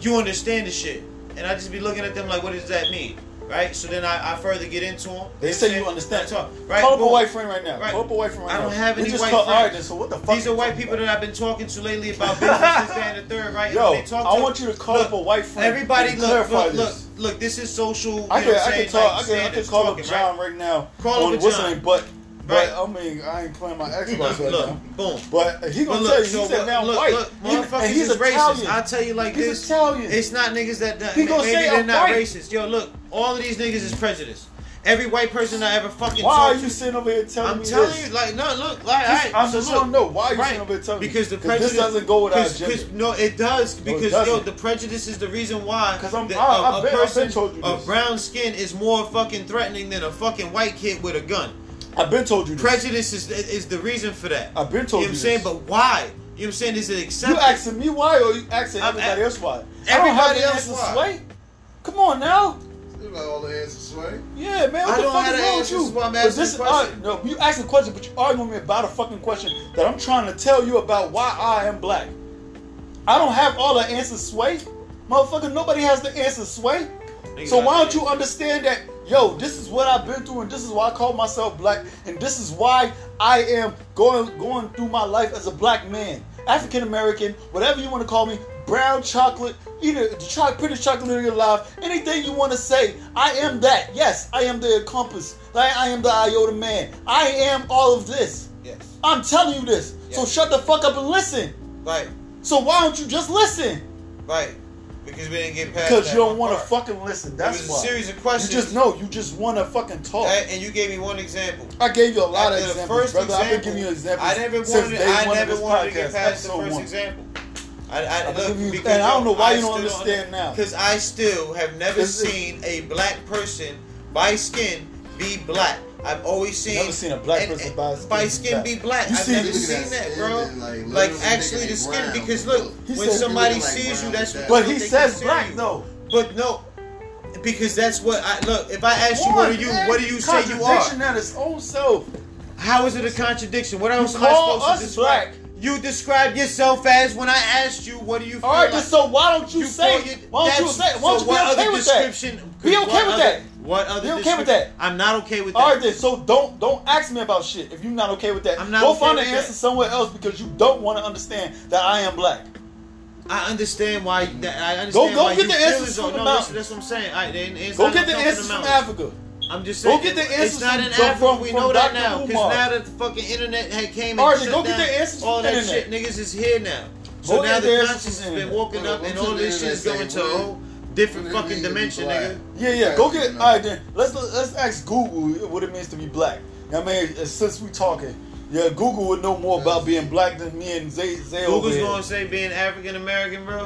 you understand the shit, and I just be looking at them like, what does that mean? Right, so then I, I further get into them.
They say you understand.
Talk, right,
Call up a
boom.
white friend right now.
Right.
Call up a white friend right
I don't
now.
have
We
any
just
white
call-
friends.
all right, then, so what the fuck
These
you
are white
talking
people
about?
that I've been talking to lately about business, this, that, and the third, right?
Yo,
And they talk
I
to-
want you to call
Look,
up a white friend
Everybody,
and
look,
clarify
look, look,
this.
look, this is social.
I
you know
could,
what I'm
I
saying?
could talk. I
Like,
could, I could
standards
call
talking,
up John right, now
Call
on
up a
what's
John.
name, but,
Right.
but I mean, I ain't playing my Xbox
Look,
right now.
look, boom.
But he gonna tell
But look,
you,
so
he said
what-
now
look,
white,
look,
He-
motherfuckers
and he's
is
Italian.
racist. I'll tell you like
He's
this.
Italian.
It's not niggas that, that
He gonna
maybe
say
they're
I'm
not
white.
racist. Yo, look, all of these niggas is prejudiced. Every white person I ever fucking
Why
talked
are you
to-
sitting over here telling
I'm
me
telling
this?
you, like, no, look, like,
Just-
alright,
I'm
so
just
look,
trying to know, why you sitting over here telling me?
Because the
'Cause this
prejudice
doesn't go with our
cause-
agenda.
cause- No, it does because yo,
doesn't.
the prejudice is the reason why.
'Cause I'm-
the-
I-
a-
I've
a
been- I've been
person
told you
of
this.
brown skin is more fucking threatening than a fucking white kid with a gun.
I've been told you this.
Prejudice is is the reason for that.
I've been told
You know what I'm
you
saying,
this.
but why? You know what I'm saying? Is it
You
accepted?
asking me why, or you asking
I'm
everybody
a-
else why?
everybody
I don't have
else
the answers,
why.
Sway. Come on now.
You got all the answers, right?
Yeah, man,
I
what the
don't
fuck
have
is
the
wrong with
answers,
you?
that's why I'm
But
asking
this-
the question.
I- no, you asking questions, but you're arguing with me about a fucking question that I'm trying to tell you about why I am black. I don't have all the answers, Sway. Motherfucker, nobody has the answers, Sway.
Niggas
So
out
why don't
there.
you understand that, yo, this is what I've been through and this is why I call myself black and this is why I am going going through my life as a black man. African American, whatever you want to call me, brown chocolate, either the cho- prettiest chocolate in your life, anything you want to say, I am that. Yes, I am the accomplice. I, I am the iota man. I am all of this.
Yes.
I'm telling you this. So
Yes.
shut the fuck up and listen.
Right.
So why don't you just listen?
Right.
because we didn't get past.
Because
that
you don't
one
want to
part.
fucking listen.
it
That's
was a
why.
series of
You
questions.
just know. You just want to fucking talk.
and, and you gave me one example.
I gave you a lot
After
of
the
examples,
first
brother. I've been
example,
giving you examples.
I never
since
wanted.
day
I
one of
never
this
wanted to get
podcast,
past the
episode
first
one.
example. I, I,
I'm
look,
giving you-
because
and I don't know why you don't
still
understand now.
Because I still have never
This is-
seen a black person by skin be black. I've always seen
Never seen a black
and-
person
and
by skin be
skin
black.
be black.
You
I've
see-
never
You
look at
seen
that
that,
skin
bro.
and, like,
Like
literally
actually
making
the
it
skin
brown.
because look,
He
when
said-
somebody
Like
sees you,
brown
that's
like that.
But
what
he
they
says
consider
black
you.
though.
But no, because that's what I look. If I ask you, what are you? What do you say you
Contradiction
are?
at his own self.
How is it a contradiction? What else am I
call
supposed to
us
describe?
black.
You described yourself as when I asked you, what do you feel
All right,
like?
then so why don't you,
You
say?
call your-
why don't you
that's-
say? Why don't
so
you
what
be okay
other
with that?
description-
Be
what
okay with
other-
that.
What other
Be okay with
description-
that.
I'm not okay with that.
All right, then so don't don't ask me about shit if you're not okay with that.
I'm not
Go
okay
find an
with that.
answer somewhere else because you don't want to understand that I am black.
I understand why. That, I understand
go
why
get
you
the
feel
answers
as though-
from the
no,
mountain.
that's, that's what I'm saying. All right, then it's
Go
not
get the
gonna come
answers
the
from
mountain.
Africa.
I'm just
Go
saying.
get the
it-
answers
It's not
from-
in
from-
Africa.
from-
we
from
know
Dr.
that now. Because
Umar.
now that the fucking internet had came and
All right, then
shut
go get
down,
the answers
all
from
that
the
shit niggas is here now. So
Go
now
get
the
the answers
conscience
from the
has been
internet.
walking up
Well,
and
go to
all
the
this shit's
internet
going to
saying,
a
well,
whole different
what does it
fucking
mean to be
dimension,
black?
nigga.
Yeah, yeah.
Right,
Go get.
you know.
All right, then let's let's ask Google what it means to be black. I mean, since we talking, yeah, Google would know more about being black than me and Zay. Zay over
Google's
here. Mm,
going to say being African American, bro.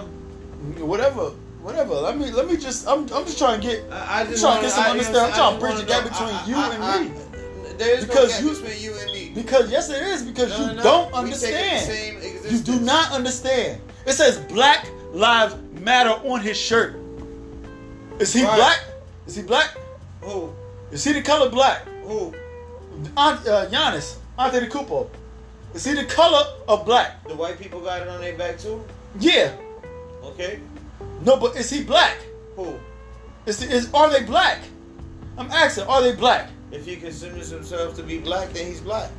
whatever, whatever. Let me let me just. I'm I'm just trying to get.
I, I
I'm trying
just
to
wanna-
get some
I- you know,
understanding. I'm trying to
I
bridge the
just
gap
wanna
between
know-
you
I-
and
I-
me.
I- There's
Because
no
you-
gap between you and me.
Because yes, it is because
No,
you
no,
don't
no. We take up the
understand.
same
You do
existence.
not understand. It says Black Lives Matter on his shirt. Is he
Right.
black? Is he black?
Who?
Is he the color black?
Who?
Aunt, uh, Giannis, Ante DeCupo. Is he the color of black?
The white people got it on their back too?
Yeah.
Okay.
No, but is he black?
Who?
Is, is are they black? I'm asking, are they black?
If he considers himself to be black, then he's black.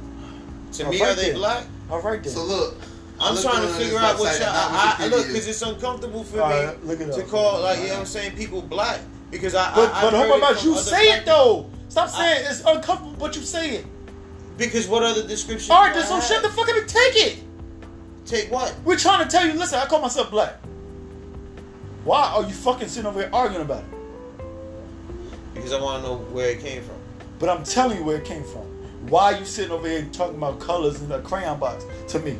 To
Oh,
me,
right
are they
there.
black?
All right then.
So look, I
I'm
looked
trying to
on
figure
this
out what
website,
y'all. I,
not
I,
Wikipedia.
look, because it's uncomfortable for
All
me
right, look it
to
up.
call, like, you know what I'm saying, people black. Because I.
But,
I,
but
I've heard
how about
from
you
other
say
black
it though? Stop
I-
saying it's uncomfortable, but you say it.
people. Because what other description?
All right,
do
then
I
so
have?
shut the fuck up and take it.
Take what?
We're trying to tell you. Listen, I call myself black. Why are you fucking sitting over here arguing about it?
Because I want to know where it came from.
But I'm telling you where it came from. Why are you sitting over here talking about colors in a crayon box to me?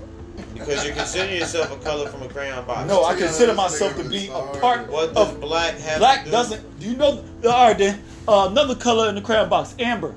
Because you consider yourself a color from a crayon box.
No, I
Tell you
consider
this
myself
nigga
to be a
retarded.
part
What does
of
black have? to
black.
do-
Doesn't do you know? All right, then uh, another color in the crayon box, amber,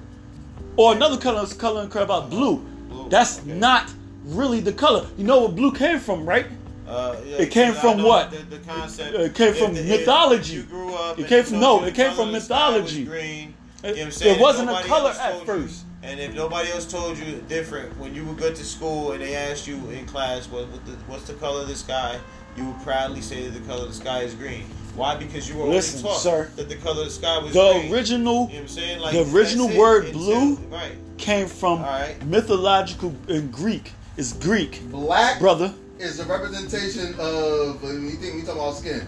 or another color color in the crayon box, blue.
Blue,
That's
okay.
not really the color. You know where blue came from, right?
Uh, yeah,
It came
because I
from
know
what?
The, the concept.
It came
if-
from
if
mythology.
you grew up
It
and
came
they
from-
told
no, it
you the
came
color
from
of the sky was
mythology.
green,
It-
you know what I'm
it
saying?
wasn't a
Nobody
color
else
at
told
first.
You, and if nobody else told you different, when you would go to school and they asked you in class, what, what the, what's the color of the sky? You would proudly say that the color of the sky is green. Why? Because you were always
Listen,
taught
sir.
that the color of the sky was green.
The original
you know what I'm saying? Like,
the original
that's it.
word
Until-
blue
Right.
came from
All right.
mythological in Greek. It's Greek,
black
brother.
is a representation of when you think we talk about skin.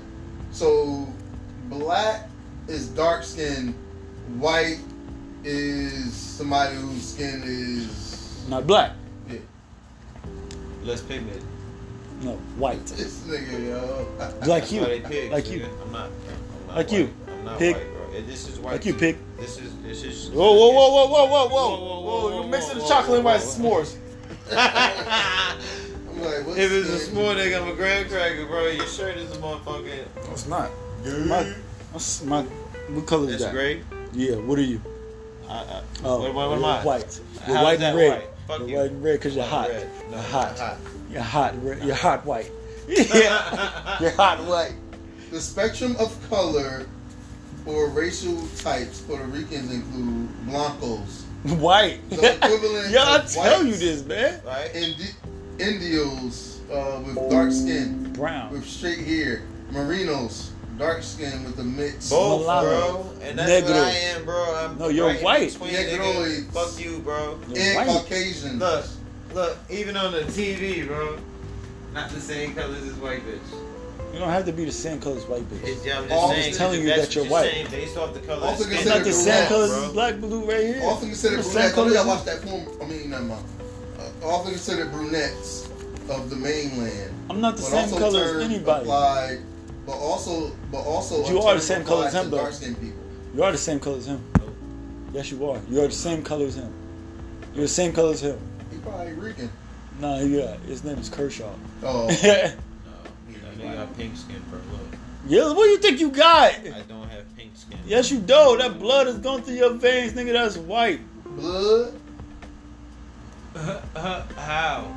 So black is dark skin, white is somebody whose skin is
Not black.
yeah,
Less pigmented.
No, white.
this nigga yo.
Like
That's
you.
why they pigs,
Like
nigga.
you.
I'm not. I'm not
Like
white.
you.
I'm not
Pig.
white, bro. And This is white.
Like you, pig.
This is. This is.
Whoa, whoa, whoa, whoa, whoa, whoa, whoa,
Whoa, whoa,
whoa!
whoa,
You're
whoa,
mixing the
whoa,
chocolate and
whoa,
white
whoa.
s'mores.
I'm like, what's
if it's a
skin?
small nigga, I'm a graham cracker, bro. Your shirt is a motherfucking.
No, it's not.
Dude.
My, what's my, what color is
That's
that?
great.
Yeah. What are you?
I, I,
Oh,
what, what, what am
you're
I?
White. You're
How
white
is that
and red.
white? Fuck
you're
you.
white and red because you're
White
hot.
and red. No,
you're hot.
hot.
You're hot. Red. You're hot white. Yeah. you're hot white.
The spectrum of color or racial types Puerto Ricans include blancos,
White.
The equivalent
yeah, I
of
tell
white.
you this, man.
Right.
Indi- Indios uh, with dark skin,
Brown.
with straight hair, Merinos, dark skin with a mix.
Both,
Mulatto.
bro. And that's what
Negro.
I am, bro. I'm
No, you're
right in
white.
between,
Negroids.
nigga. Fuck you, bro.
You're
and
white.
Caucasian.
Look, look. Even on the TV, bro. Not the same colors as white bitch.
You don't have to be the same color as white bitch.
It's, yeah, I'm
All
just saying,
just
telling you
that's
that
what
you're white.
saying based off the color.
Also
of skin.
It's
consider
not the same
brunette,
colors
bro.
as black, blue, right here.
Often
The
considered
same
brunettes. Oh, yeah, I
colors.
watched that form. I mean, not mine. Uh, often considered brunettes of the mainland.
I'm not the
but
same
also
color as
term
anybody.
Applied but also, but also,
You are the same color as him, though.
Dark skinned people.
You are the same color as him. Yes, you are. You are the same color as him. You're the same color as him.
He probably Rican.
Nah, yeah. His name is Kershaw.
Oh,
yeah.
he
They got pink skin, bro. Look,
What do you think you got?
I don't have pink skin.
Yes, you do. That blood is going through your veins, nigga. That's white.
blood.
How?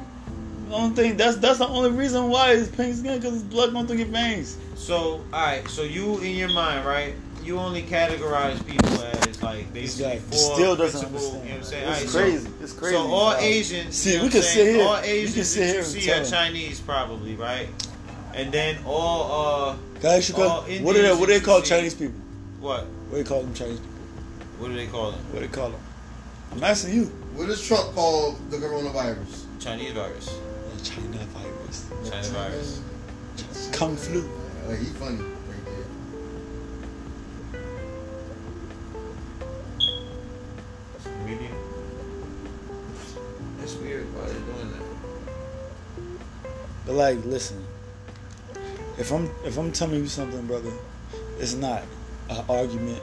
I don't think that's that's the only reason why it's pink skin because it's blood going through your veins.
So, alright, so you in your mind, right? You only categorize people as like
This
basically
guy
four
still doesn't
principal,
understand.
You know what I'm saying?
It's
Alright, so-
crazy. it's crazy.
So all
bro.
Asians,
See,
you know
we
what
can
I'm
sit
saying?
here-
All
we can
Asians
sit
that
here
you
and
see
tell
are
them.
Chinese, probably right, and then all uh,
Can I ask you a
all
question? What do they what do they
Indians
call
you see-
Chinese people?
what?
What do they call them Chinese people?
What do they call them?
What do they call them? I'm asking you.
What does Trump call the coronavirus?
Chinese virus.
China virus.
China virus.
Kung flu.
Like he funny right there.
Medium.
That's weird. Why they doing that?
But like, listen. If I'm if I'm telling you something, brother, it's not an argument.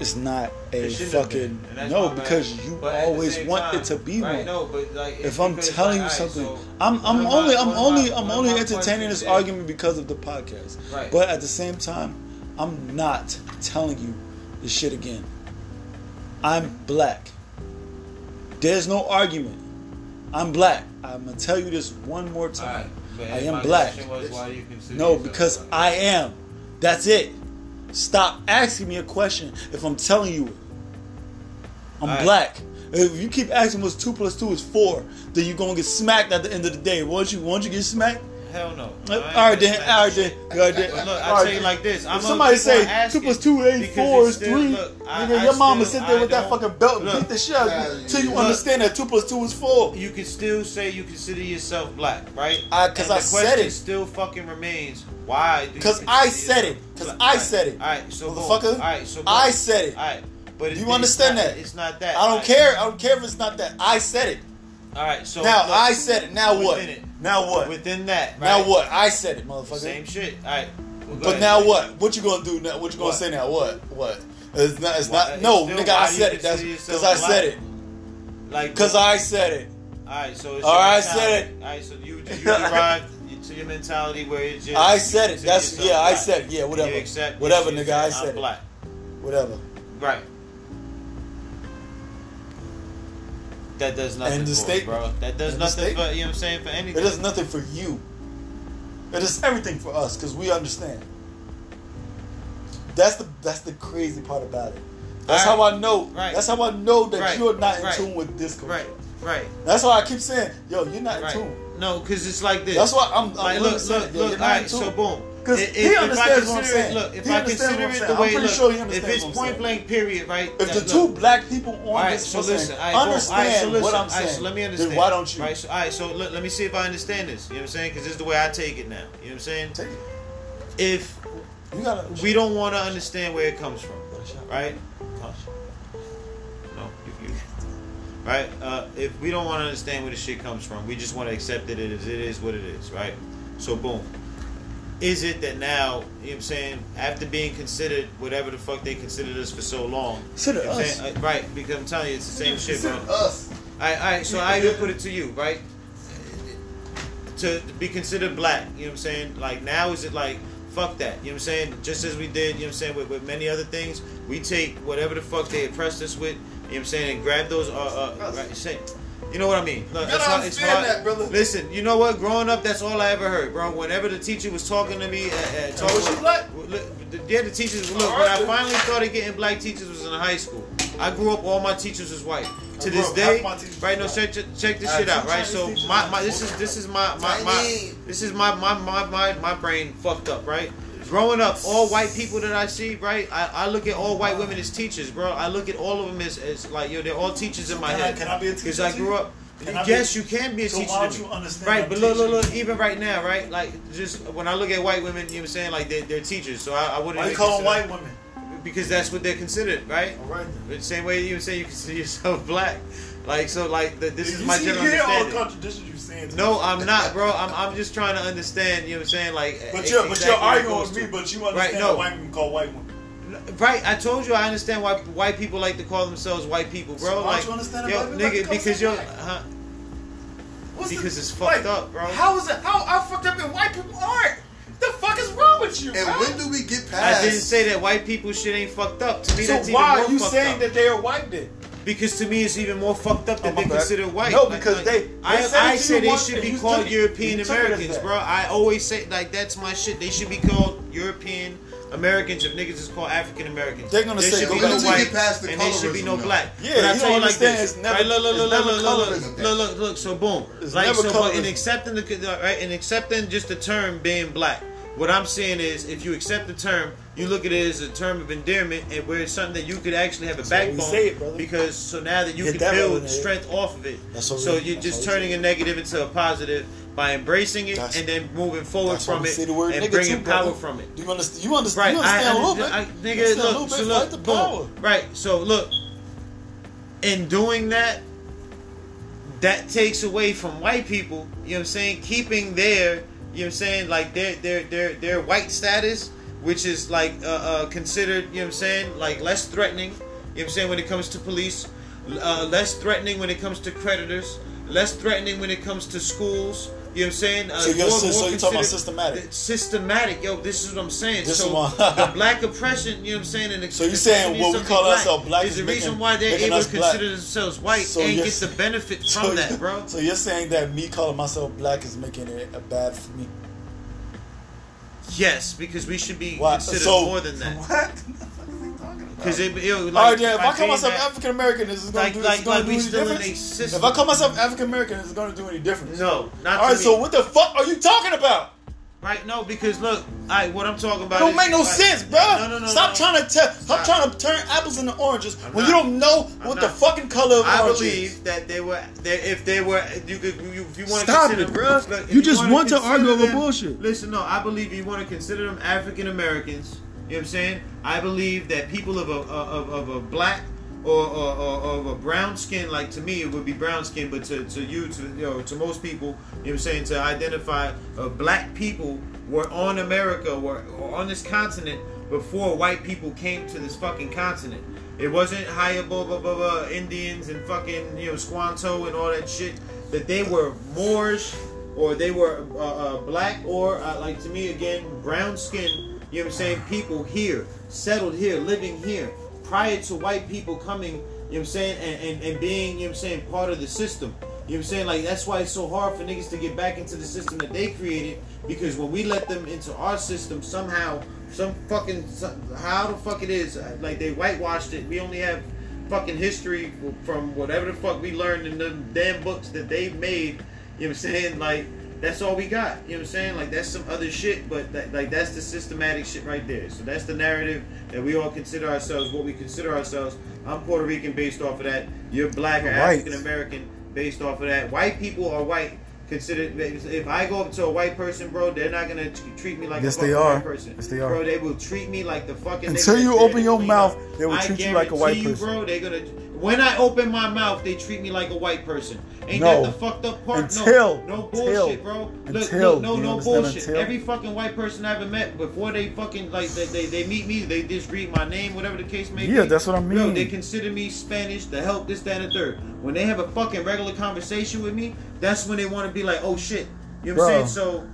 It's not a
It shouldn't have
fucking
been, and that's
no
my bad.
because you
But at the
always
same
want
time-
it to be
right,
one.
No, but like it's
if I'm
because,
telling you
like, alright,
something,
so
I'm I'm
one of my-
only I'm
one of
only
my-
I'm
one of
only
my
entertaining
questions
this
is-
argument because of the podcast.
Right.
But at the same time, I'm not telling you this shit again. I'm black. There's no argument. I'm black. I'm gonna tell you this one more time.
alright, but
I am
my
black.
question Was, why do you consider
No,
yourself
because
black?
I am. That's it. Stop asking me a question if I'm telling you it. I'm
Alright.
black. If you keep asking what's two plus two is four, then you're gonna get smacked at the end of the day. Once you once you get smacked,
Hell no. I
all
ain't
right then,
gonna
all right then,
smack shit.
all right then.
But look,
all
I
right
tell you
then.
like this. I'm
If somebody
gonna keep on
say two
asking
plus two ain't
because
four
it's
is
still-
three,
look, I-
nigga,
I
your mama
still-
sit there
I
with that
don't-
fucking belt and
look,
beat the shit out of you
I-
till you
look.
understand that two plus two is four.
you can still say you consider yourself black, right?
I- Uh, 'cause
And the
I said
question
it.
Still fucking remains why? do you
'Cause
consider
I said
yourself
it. 'Cause
black?
I
Alright,
said it.
Alright, so boom.
Motherfucker,
Alright, so boom.
I said it.
Alright,
Do
but it-
you
it's
understand
not-
that?
It's not that.
I don't
Alright.
care. I don't care if it's not that. I said it.
Alright, so
Now
look,
I said it. Now what?
within it.
Now what?
Within that, right?
Now what? I said it, motherfucker.
Same shit. Alright. well, go
But
ahead.
now what? What you gonna do now? What you gonna
What?
say now? What? What? It's not. It's
Why-
not. No,
uh, still,
nigga,
why
I
you
said it. That's
consider
because I
yourself
said it.
Like,
Because I said it.
Alright, so it's
All
your
right, I
mentality.
said it.
Alright, so you you derived to your mentality where it's just
I said it.
you
That's
consider
yeah. I
yourself black.
said it. Yeah. Whatever.
You accept
whatever,
you
nigga.
said,
I
I'm
said
black.
it. Whatever.
Right. That does nothing
End
for
of
it,
statement.
bro. That
End
does
of
nothing for
statement.
you know what I'm saying for
It
anything.
does nothing for you. It is everything for us because we understand. That's the that's the crazy part about it. That's
All right.
how I know.
Right.
That's how I know that
Right.
you're not in
Right.
tune with this culture.
Right, right,
That's why I keep saying, yo, you're not
right.
in tune.
No, because it's like this.
That's why I'm, I'm
like,
really
look,
saying,
look,
yo,
look.
you're
All
not in
right,
tune.
so boom.
'Cause
If-
he
if I
understands what I'm
consider it-
saying.
Look, if
He
I
understands
consider
what I'm
it
saying.
the
I'm
way,
pretty
look,
sure he
if
understands
it's
what I'm
point
saying.
blank period, right?
If
that-
the
look.
two black people on
All right,
this
so
so
listen, all right,
understand
boom, all right, so
what
listen,
I'm
all right,
saying,
so let me understand.
then why don't you
All right, so, all right, so let, let me see if I understand this. You know what I'm saying? Because this is the way I take it now. You know what I'm saying?
take it?
If
You gotta.
we don't want to understand where it comes from, right? No, you, you. Right? Uh, if we don't want to understand where the shit comes from, we just want to accept it as it is what it is, right? So, boom. Is it that now, you know what I'm saying, after being considered whatever the fuck they considered us for so long,
Consider
you know what I'm
us.
saying? Uh, right? Because I'm telling you, it's the same shit, bro.
Us.
I, I, so I even put it to you, right? To be considered black, you know what I'm saying? Like now is it like fuck that, you know what I'm saying? Just as we did, you know what I'm saying, with, with many other things, we take whatever the fuck they oppressed us with, you know what I'm saying, and grab those. Uh, uh, right, say- you know what I mean? Look,
You gotta understand that, brother.
Listen, you know what? Growing up, that's all I ever heard, bro. Whenever the teacher was talking to me, uh, uh, talking,
Oh, was you black?
Look, the- yeah, the teachers. Look, when I finally started getting black teachers was in high school. I grew up, all my teachers was white. To
grew
this
up,
day,
half my teachers
right? No,
was
check check check this
Uh,
shit
two
out, right?
Chinese
So
teachers
my,
and
my
one
this is this is my my, my
Chinese.
this is my my my my my brain fucked up, right? Growing up, all white people that I see, right? I, I look at all white women as teachers, bro. I look at all of them as, as like yo, they're all teachers in my
Can I-
head.
can I be a teacher
Because I
to
grew
you?
up.
Can I be-
yes, you can be a
So
teacher.
why
to
don't
me.
you understand
Right,
I'm
but look, look,
teaching
look. Even right now, right? Like just when I look at white women, you know what I'm saying? Like they're, they're teachers, so I, I wouldn't.
Why you
even
call them
consider-
white women?
because that's what they're considered, right?
All right. then.
The same way you say you consider yourself black. Like so, like the, this is
you
my
see,
general
you hear all the
understanding.
contradictions you're saying. to me.
No, I'm not, bro. I'm, I'm just trying to understand. You know what I'm saying? Like,
but
e-
you're but you're
exactly what it
arguing
goes
with me,
to.
but you
Right,
understand
no.
that white people call white women.
Right, I told you I understand why white people like to call themselves white people, bro.
So why don't
like,
you understand
yo,
why people like to
nigga,
call
because
themselves
you're,
black?
huh?
What's
Because it's
like,
fucked up, bro.
How is it? How I fucked up and white people aren't? The fuck is wrong with you?
And
bro?
when do we get
I
past?
didn't say that white people shit ain't fucked up. To me,
so
that's
why are
even more
you
fucked
saying
up.
that they are white then?
Because to me, it's even more fucked up
Oh,
that
my
they
bad.
consider white.
No, because they- they
I,
said it
I
to
say
you
they
once
should
and
be
you
called
took it.
European
You took it as
Americans,
that.
bro. I always say like that's my shit. They should be called European Americans if niggas is called African Americans.
They're gonna
there
say
should be
when
no
you
white
get past the
and there should be
colorism
no
now.
black.
Yeah,
but I
you
told
don't
like
understand,
this.
it's never-
right, look, look,
it's
look, look,
never
look,
colorism.
look, look, look, look. So boom,
It's
like
never
so, but in
colorism.
accepting the right in accepting just the term being black. What I'm saying is, if you accept the term, you look at it as a term of endearment, and where it's something that you could actually have a
how we
backbone.
say it, brother.
Because so now that you
Hit
can
that right in
build
the head.
strength off of it,
That's what
so
we-
you're
that's
just
what we
turning a negative into a positive by embracing it
That's-
and then moving forward
That's why
from
we
it
say the word
and
nigga
bringing
too,
power
brother.
from it.
Do you understand? You understand?
Right,
You
I,
understand a little
under-
bit.
I,
You
nigga,
understand a
look,
little
so
bit.
look,
Fight the power.
boom. Right, so look, in doing that, that takes away from white people, you know what I'm saying, keeping their, you know what I'm saying, like their their their their white status, which is like uh, uh, considered, you know what I'm saying, like less threatening, you know what I'm saying, when it comes to police, uh, less threatening when it comes to creditors, less threatening when it comes to schools. You know what I'm saying? Uh,
So you're- so- so you're talking about
considered-
systematic?
Systematic, yo. This is what I'm saying.
This
so
is why-
the black oppression, you know what I'm saying? And the,
So you're saying
something
what we call
black
ourselves black
is the
is
reason
making-
why they're
making
able
us
to
black.
consider thememselves white
So
and
you're
get the
s-
benefit from
you-
that, bro.
So you're saying that me calling myself black is making it a bad for me?
yes, because we should be
Why?
considered
so
more than that.
What? the fuck is he talking about?
Because it, it, like,
All right, then. If
by
I call
being
myself
that-
African American, is it gonna
Like-
do?
like-
is it gonna
like
do
we
any
still in a
difference?
system.
If I call myself African American, is it gonna do any difference?
no, not
All right.
to
So
me.
what the fuck are you talking about?
right? No, because look, I what I'm talking about
It don't
is-
make no
like-
sense, bro.
No, no, no.
Stop
no.
trying to tell. Stop
Stop.
trying to turn apples into oranges
I'm
when
not.
you don't know
I'm
what
not.
the fucking color of
I
orange is.
believe that they were, they, if they were, you could, you, if you want to
Stop
consider,
it.
bruh, look, if
You just
wanna
want to
consider
argue over
them-
bullshit.
Listen, no, I believe you want to consider them African Americans. You know what I'm saying? I believe that people of a of, of a black or, or, or of a brown skin, like to me, it would be brown skin, but to, to you, to you know, to most people, you know what I'm saying, to identify uh, black people were on America, were, were on this continent before white people came to this fucking continent. It wasn't higher blah blah blah blah uh, Indians and fucking you know Squanto and all that shit. That they were Moors or they were uh, uh, black or uh, like to me again brown skin. You know what I'm saying? People here settled here, living here prior to white people coming. You know what I'm saying? And, and, and being you know what I'm saying part of the system. You know what I'm saying? Like that's why it's so hard for niggas to get back into the system that they created because when we let them into our system somehow some fucking some, how the fuck it is uh, like they whitewashed it we only have fucking history from whatever the fuck we learned in them damn books that they made you know what i'm saying like that's all we got you know what i'm saying like that's some other shit but that, like that's the systematic shit right there so that's the narrative that we all consider ourselves what we consider ourselves i'm puerto rican based off of that you're black or
Right.
african american based off of that white people are white considered if i go up to a white person bro they're not gonna t- treat me like
Yes,
a fucking
they are.
white person
Yes, they are.
bro they will treat me like the fucking
Until
nigga
you
that's
open
there to
your
clean
mouth,
up.
they will
I
treat you like a white
guarantee you,
person.
bro, they're gonna. When I open my mouth, they treat me like a white person. Ain't
No.
that the fucked up part?
Until-
no, no
until-
bullshit, bro. Look,
until,
no, no,
you
no
understand?
bullshit.
Until.
Every fucking white person I ever met before they fucking like they, they, they meet me, they just read my name, whatever the case may be.
Yeah, that's what I
Yo,
mean.
they consider me Spanish, the help, this, that, and the third. When they have a fucking regular conversation with me, that's when they want to be like, oh shit. You know what I'm
Bro.
saying? So,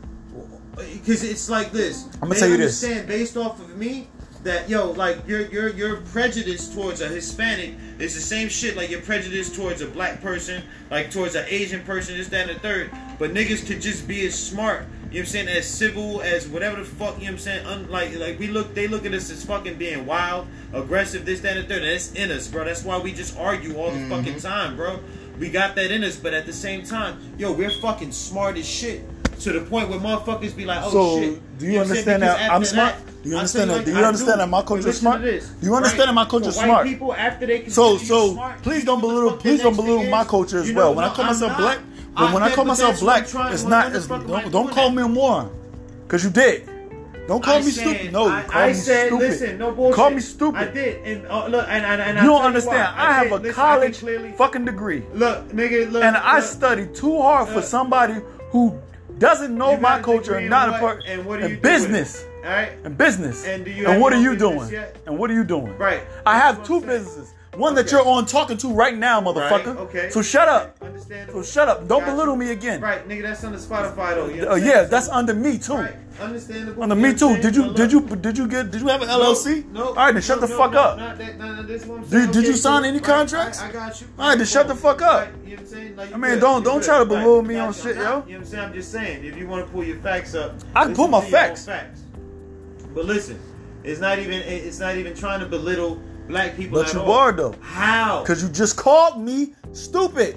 because it's like this.
I'm gonna
They
tell you this.
understand based off of me that yo, like your your your prejudice towards a Hispanic is the same shit like your prejudice towards a black person, like towards an Asian person, this, that, and the third. But niggas could just be as smart, you know what I'm saying, as civil as whatever the fuck, you know what I'm saying. Un- like like we look, they look at us as fucking being wild, aggressive, this, that, and the third. And it's in us, bro. That's why we just argue all the
Mm-hmm.
fucking time, bro. We got that in us, but at the same time, yo, we're fucking smart as shit. To the point where motherfuckers be like, oh
So,
shit.
do you
know what
understand
saying?
that I'm
Because after
smart?
that,
Do you
I
understand
feel
that- do
like
you
I
understand that my culture
But listen
smart?
to this,
Do you understand that my culture
So
is
white
smart?
people, after they
So
consider you
so
smart,
please
you
don't
know what the
belittle
fuck
please
the
don't
next
belittle
thing
my
is?
culture as
You
well.
know,
when I
no,
call
I'm
myself
not.
black,
I-
when I
that-
call
but
myself
that's what I'm
black,
trying-
it's
why
not
the
it's,
fuck am I
don't,
doing
don't call
that?
me a moron cuz you did. Don't call
I
me
said-
stupid. No,
I,
call
I
me
said,
stupid.
listen, no bullshit.
Call me stupid.
I did, and uh, look, and and, and
you
I'll
don't
tell
understand.
why.
I, have
did.
a
Listen, I can
college
clearly,
fucking degree,
look, nigga, look,
and I
look.
studied too hard for
look.
somebody who doesn't know
You got
my
a
culture
degree
and
in
not a
what-
part
and what do you
in
do with it?
business
All right,
and business.
And do you
And
have
what are
your
you
own
doing?
business yet?
And what are you doing?
Right.
I have
That's
two
what I'm saying.
businesses. One that
Okay.
you're on talking to right now,
Right,
motherfucker.
okay.
So shut up.
Understand?
So shut up. Don't
Got you.
belittle me again.
Right, nigga, that's under Spotify though. You know
Uh,
what I'm
yeah,
saying?
that's under me too.
right. Understandable.
Under
you
me
know what
too.
I'm
Did
saying?
you
But
did you
look,
did you get did you have an
no,
LLC?
No.
All right, then shut
no,
the
no,
fuck
no,
up.
not that- not- not this one.
Did- did you
Okay,
sign
cool.
any
Right,
contracts?
I, I got you.
All right, then shut the fuck up.
Right, you know what I'm saying? Like,
I
you
mean,
good,
don't-
you
don't
good.
try to belittle me
got
on
you.
shit,
Nah,
yo.
You know what I'm saying? I'm just saying, if you want to pull your facts up,
I can pull
listen
my
to your own
facts.
facts. But listen, it's not even it- it's not even trying to belittle black people.
But
at
you
all.
are though,
How?
because you just called me stupid,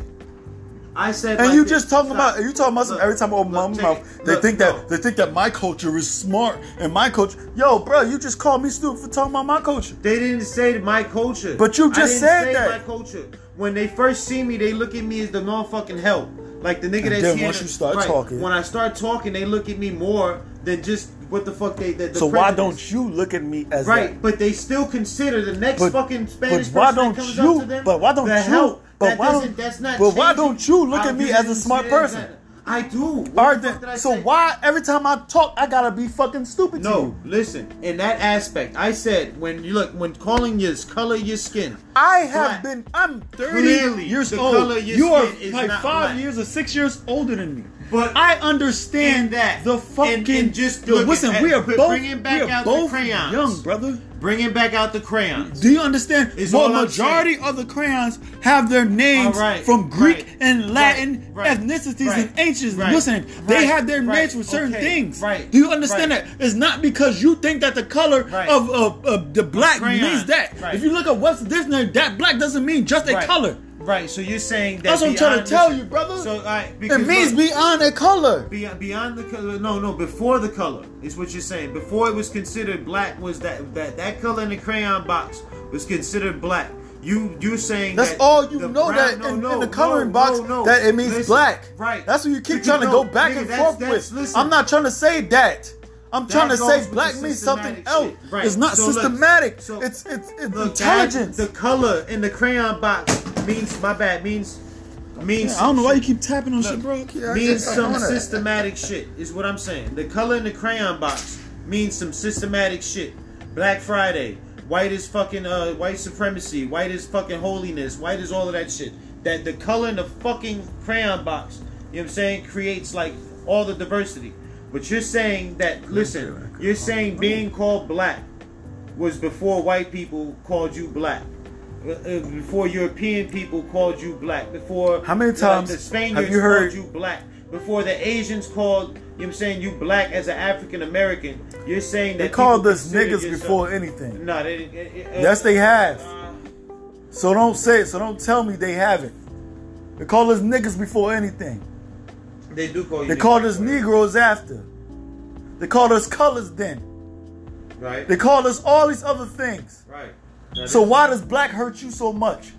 I said,
and
like
you
this.
just talking
Stop.
about you talking about some
Look,
every time I open my
look, take
mouth.
it.
They
Look,
think
no.
that they think that my culture is smart and my culture. Yo, bro, you just called me stupid for talking about my culture.
They didn't say my culture.
But you
I
just
didn't
said
say
that.
My culture. When they first see me, they look at me as the non fucking help. Like the nigga
And
that's
then
here.
once you start
right,
talking-
when I start talking, they look at me more than just what the fuck they. The, the
So why
prejudice.
don't you look at me as
Right,
that?
but they still consider the next
But-
fucking Spanish
but why
person
don't
that comes
you-
up to them.
but why don't
the
you-
Help.
but
that
why don't-
doesn't- that's not
but why
changing
don't you look
how
at me
you
as a
didn't
smart
say
person?
that. I do. What
All right,
the fuck did I
then, so
say?
why every time I talk I gotta be fucking stupid to
No,
you?
listen. In that aspect, I said when you look when calling your color of your skin,
I have
black.
been. I'm 30
Clearly,
years
the
old.
color of your
you are
skin is
like
not
five
black.
years or six years older than me.
But
I understand
in that,
the
and-
fucking
and just
Yo,
look
listen,
at-
we are
put-
both
bringing back
we are
out the
both
crayons.
young, brother.
bringing back out the crayons.
Do you understand?
Is
well,
all I'm
majority of the crayons have their names
All right,
from Greek
right,
and Latin
right,
ethnicities
right,
and ancients.
right,
Listen, they
right,
have their
right,
names for certain
okay,
things.
right,
Do you understand
right.
that? It's not because you think that the color
Right.
of, of, of the black
crayon,
means that.
right.
If you look at Webster's dictionary, that black doesn't mean just a
Right.
color.
Right. So you're saying that
That's what I'm trying to
beyond-
tell
listen,
you, brother.
So all right,
It
because
means
look,
beyond a color.
Beyond, beyond the color, no, no. Before the color is what you're saying. Before it was considered black was that that that color in the crayon box was considered black. You you're saying
That's
that
all you
the
know
brown-
that
no,
in,
no,
in the coloring
no,
box
no, no.
that it means
Listen,
black.
Right.
That's what you keep
Because
trying to go
no,
back
nigga,
and
that's-
forth
that's-
with.
listen.
I'm not trying to say that. I'm trying to
That goes
say
with
black
the
means something
systematic
else.
shit. Right.
It's not
So look,
systematic.
so
it's it's, it's
Look, that-
intelligence.
the color in the crayon box means my bad means means
Yeah, I don't know why you keep tapping on shit, bro. Yeah,
means
I- I- I
some
wanna-
systematic shit is what I'm saying. The color in the crayon box means some systematic shit. Black Friday, white is fucking uh, white supremacy, white is fucking holiness, white is all of that shit. That the color in the fucking crayon box, you know what I'm saying, creates like all the diversity. But you're saying that listen, you're saying being called black was before white people called you black. Uh, uh, Before European people called you black, before
How many
like,
times
the
have
Spaniards
you heard-
called you black, before the Asians called you know what I'm saying you black as an African American, you're saying that
They called
people
us
consider
niggas
yourself-
before anything.
No, they didn't. it- it-
Yes, they have.
uh,
So don't say it. So don't tell me they haven't. They call us niggas before anything.
they do call you.
They
niggas
called us
before.
Negroes after. They called us colors then.
Right.
They called us all these other things.
right. Now,
So
this-
why does black hurt you so much?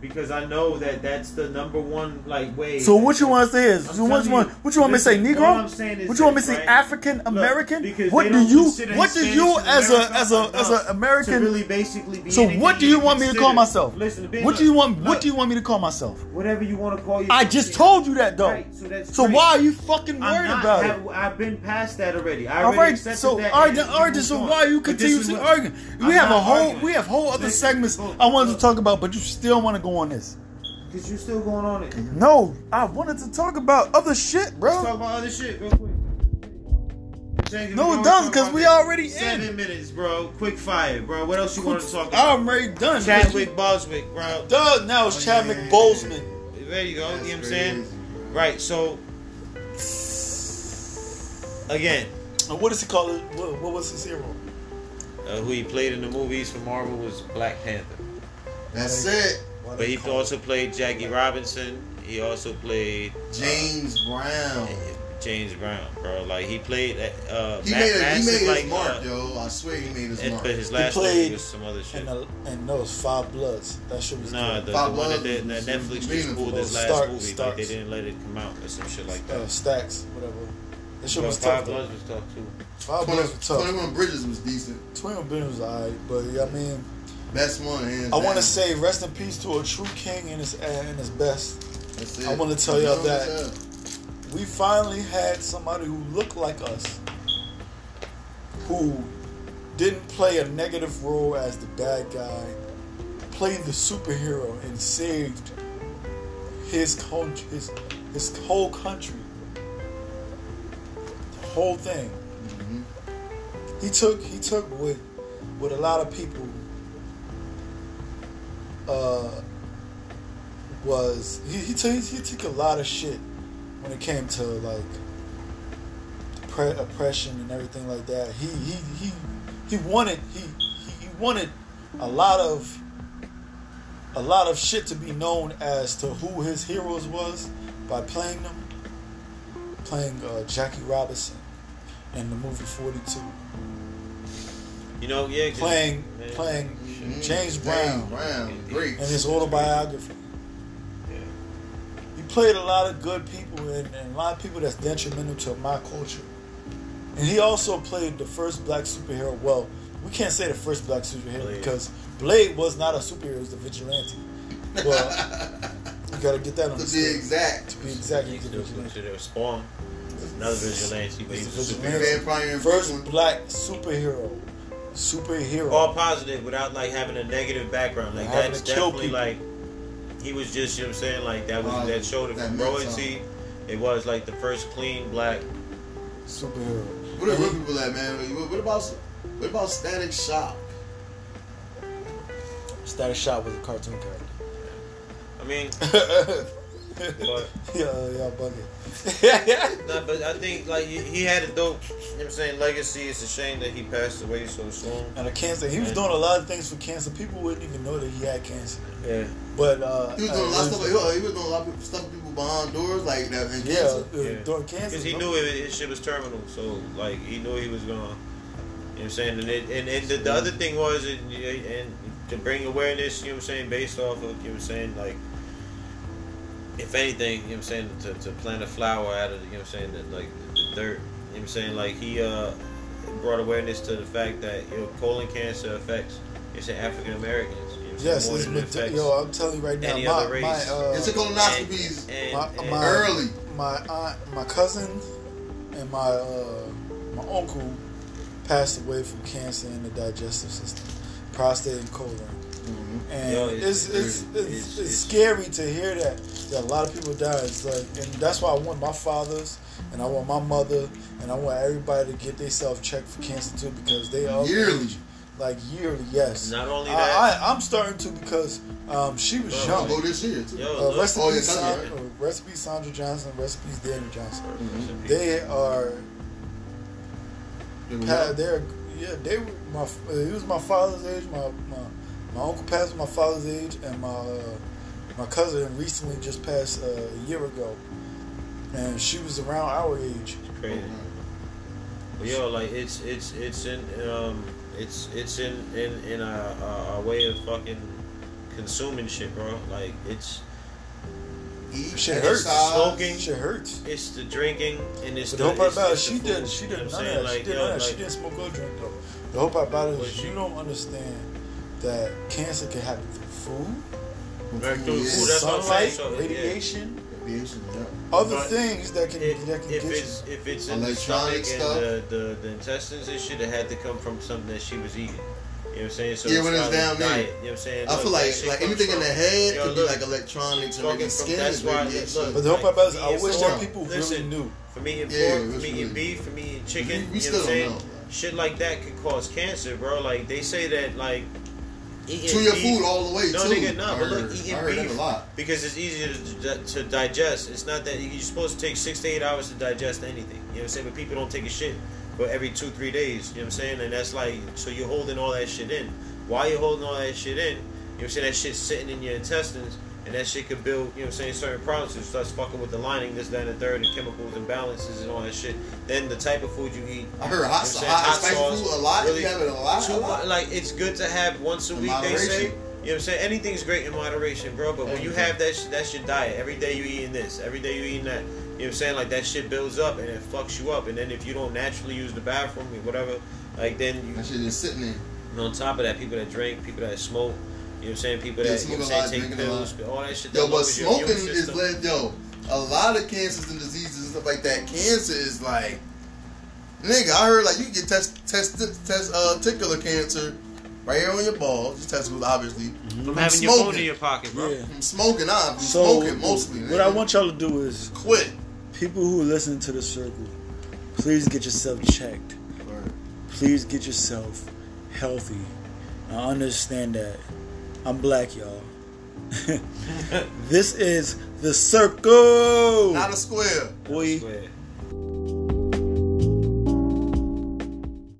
Because I know that that's the number one like way.
So
that-
what you want to say is,
I'm
so what you
telling
want?
you,
What you want me to say,
listen, all I'm saying
Negro?
is
What you want me to
this,
say,
right?
African
Look,
American?
because
What
they
do
don't
you?
consider
What do
Hispanics
you
in
as a
America
as a
enough
as an
to
American?
really basically be
so
anything
what do you want me to call
considered.
myself?
Listen, to me,
what
look,
do you want?
look,
What do you want me to call myself?
Whatever you want to call you.
I just told you that though.
Right, so that's
So
great.
why are you fucking
I'm
worried
not-
about it?
have- I've been past that already. I
All
already
right,
accepted
so
that.
all right,
and
then,
we
all right, then, so
moved on.
why are you
But this is
continuously
what-
arguing? We
I'm
have a
not
whole,
arguing.
we have whole other
Listen,
segments
look,
I wanted to
look.
talk about, but you still want to go on this?
Cause you're still going on it. Let's
No, I wanted to talk about other shit,
talk
bro.
about other shit real quick. Jacob,
No,
we
it
already
doesn't,
talked
cause
about
we
this.
already
seven
in.
minutes, bro. Quick fire, bro. What else you want to talk about?
I'm already done.
Chadwick Boswick, bro.
Doug, now it's Chadwick Boseman.
There you go.
That's
you know what I'm
crazy.
saying? Right. So again,
And what is he called? What, what was his hero?
uh, who he played in the movies for Marvel was Black Panther.
That's it.
But he also played Jackie Robinson. He also played uh,
James Brown.
James Brown, bro. Like he played uh,
He
Matt
made, a, he
Mass
made
is
his
like,
mark,
uh,
yo. I swear he made his
and-
mark.
but his last
played
name was some other shit.
And, the, and no, it's Five Bloods. That shit was
Nah, the, the
Five
one that,
Bloods
they, that
was
Netflix just
meaningful.
pulled his last
Stark-
movie. Like
Starks.
they didn't let it come out or some shit like
uh,
that.
Stacks, whatever. That shit
Yo,
was tough.
Five
though.
Bloods was tough too.
Five Bloods was tough.
21 Bridges was decent.
Twenty Billions was alright, but yeah, I mean,
Best one, hands
I want to
down.
say rest in peace to a true king in his and his best.
That's
I
it.
wanna tell y'all
You know what I'm
that.
saying?
We finally had somebody who looked like us, who didn't play a negative role as the bad guy, played the superhero and saved his con- his his whole country, the whole thing. He took he took what what a lot of people uh, was he he, took he took a lot of shit when it came to like pre- oppression and everything like that. He he he he wanted he he he wanted a lot of a lot of shit to be known as to who his heroes was by playing them, playing uh, Jackie Robinson in the movie Forty Two,
You know, yeah. 'cause-
playing
man.
playing
Mhm.
James
Damn,
Brown
Brown, great.
and his autobiography. He played a lot of good people and, and a lot of people that's detrimental to my culture. And he also played the first black superhero. Well, we can't say the first black superhero
Blade.
because Blade was not a superhero; he was the vigilante. Well, you gotta get that on
To
the
be exact,
be exact. he
He's
was the
still
vigilante.
considered Spawn. Another vigilante, but
He's the
he's a super-
vigilante.
Bad Pioneer
First
Brooklyn.
black superhero, superhero.
all positive without like having a negative background. Like
Having
that's
to kill
definitely
people.
like he was just you know what I'm saying like that was
Positive.
that showed the
That meant
congruency. It was like the first clean black.
superhero.
What are real people at, man? What, what about what about Static Shock?
Static Shot was a cartoon character.
I mean, but
yeah, yeah, bugging.
no, but I think like he- he had a dope. You know what I'm saying legacy. It's a shame that he passed away so soon.
and a cancer. He was doing a lot of things for cancer. People wouldn't even know that he had cancer.
Yeah,
But uh,
He was doing
uh,
a lot of stuff.
it
He
was-
was, he was doing a lot of stuff with people behind doors like that. And
Yeah,
cancer.
it was
Yeah.
during cancer.
because he
bro.
knew it, his shit was terminal. So like he knew he was gonna. You know what I'm saying, and it, and, and the, the other thing was, and, and to bring awareness, you know what I'm saying, based off of, you know what I'm saying, like if anything, you know what I'm saying, to, to plant a flower out of, the- you know what I'm saying, that like the, the dirt, you know what I'm saying, like he uh, brought awareness to the fact that, you know, colon cancer affects, you know what I'm saying, African Americans. You know what I'm saying,
Yes,
more
it's
than it
been.
affects
yo, I'm telling you right now,
any
my
other race.
my
It's a
uh,
colonoscopies
and,
My-
and-
my-
early.
my aunt, my cousin, and my uh, my uncle passed away from cancer in the digestive system, prostate and colon. And
Mm-hmm. Yo,
it's,
it's-
it's, it's,
it's-
it's,
it's-
scary to hear that, that a lot of people die. It's like, and that's why I want my fathers and I want my mother and I want everybody to get themselves checked for cancer too because they are
Yearly.
like yearly. Yes,
Not only
I-
that-
I, I'm starting to because um, she was
I'll
young.
go Oh, this year. Too.
yo,
Uh,
look,
rest in
Oh, yeah,
peace,
that's
Sandra, rest in peace, Sandra Johnson. Rest in peace, Daniel Johnson.
Mhm.
They are,
There
Mm-hmm.
we
pa-
go.
they're, yeah, they were my. uh, It was my father's age. My my, my uncle passed my father's age, and my uh, my cousin recently just passed uh, a year ago, and she was around our age.
crazy. But yo, like it's it's it's in um it's it's in in in a, a, a way of fucking consuming shit, bro. Like it's
Eat,
Shit hurts.
exercise.
Smoking.
Shit hurts.
it's the drinking and it's
But
the,
the whole part
it's,
about it,
it's the
she
food,
didn't. She
you know
didn't.
what
None
I'm
of
saying?
that. She
Like,
didn't.
yo,
none of that.
like,
She didn't smoke or drink though. The whole part about it
Well,
is
she-
you don't understand that cancer can happen through food.
Right through
Yeah.
food, that's what I'm saying.
sunlight,
So, yeah.
radiation,
Radiation, yeah.
other
But
things that can
If,
that can
if
get
it's
you.
if it's in the
Electronic
stomach
stuff.
and the, the, the intestines and shit, it had to come from something that she was eating. You know what I'm saying? So
Yeah, when it's
probably
down there.
diet, You know what I'm saying?
I
Look,
feel
that
like
shit
like
comes
anything in
from-
the head
Yo,
could be
look,
like electronics or
fucking
maybe
from-
skin.
that's
is
why-
radiation.
look.
But the whole part about it, I
Like,
wish
it's
that
wrong.
people really
Listen.
knew.
From eating
Yeah,
pork, from
that's
eating
weird.
beef, from eating chicken,
We- we
you know
still
what I'm
don't
saying?
know, bro.
Shit like that could cause cancer, bro. Like they say that like eating
Chew your
beef-
food all the way
No,
too.
nigga, no,
I
but
heard,
look, eating
I heard that
beef-
a lot.
because it's easier to, to digest. It's not that you're supposed to take six to eight hours to digest anything. You know what I'm saying? But people don't take a shit for every two, three days. You know what I'm saying? And that's like, so you're holding all that shit in. While you're holding all that shit in, you know what I'm saying? That shit's sitting in your intestines. And that shit could build, you know what I'm saying, certain problems. It starts fucking with the lining, this, that, and the third, and chemicals imbalances and all that shit. Then the type of food you eat.
I heard hot,
You
hot,
know what
hot
I'm
spicy
saying? Hot sauce,
food a lot.
really
you have it a lot.
too
a lot.
mu- like it's good to have once a
In
week. They say, you
moderation.
know what I'm saying? Anything's great in moderation, bro. But when you have that, sh- that's your diet. Every day you eating this. Every day you eating that. You know You know what I'm saying? Like that shit builds up and it fucks you up. And then if you don't naturally use the bathroom or whatever, like then you
That shit is sitting there.
and on top of that, people that drink, people that smoke, you know what I'm saying? People
Yeah,
that you know
smoke
what
a
I'm
lot,
saying, take
drinking a lot.
pills, all that shit.
Yo,
that
but
lowers your
smoking
immune
is
system.
led yo. A lot of cancers and diseases and stuff like that. Cancer is like, nigga. I heard like you can get test test test uh, testicular cancer right here on your balls, your testicles, obviously.
Mm-hmm.
From having your phone in your pocket, bro.
Yeah.
From smoking, I've been
So
smoking mostly.
what
nigga.
I want y'all to do is
quit.
people who listen to the circle, please get yourself checked. Please get yourself healthy. I understand that. I'm black, y'all. this is the circle.
Not a square.
boy.
Swear.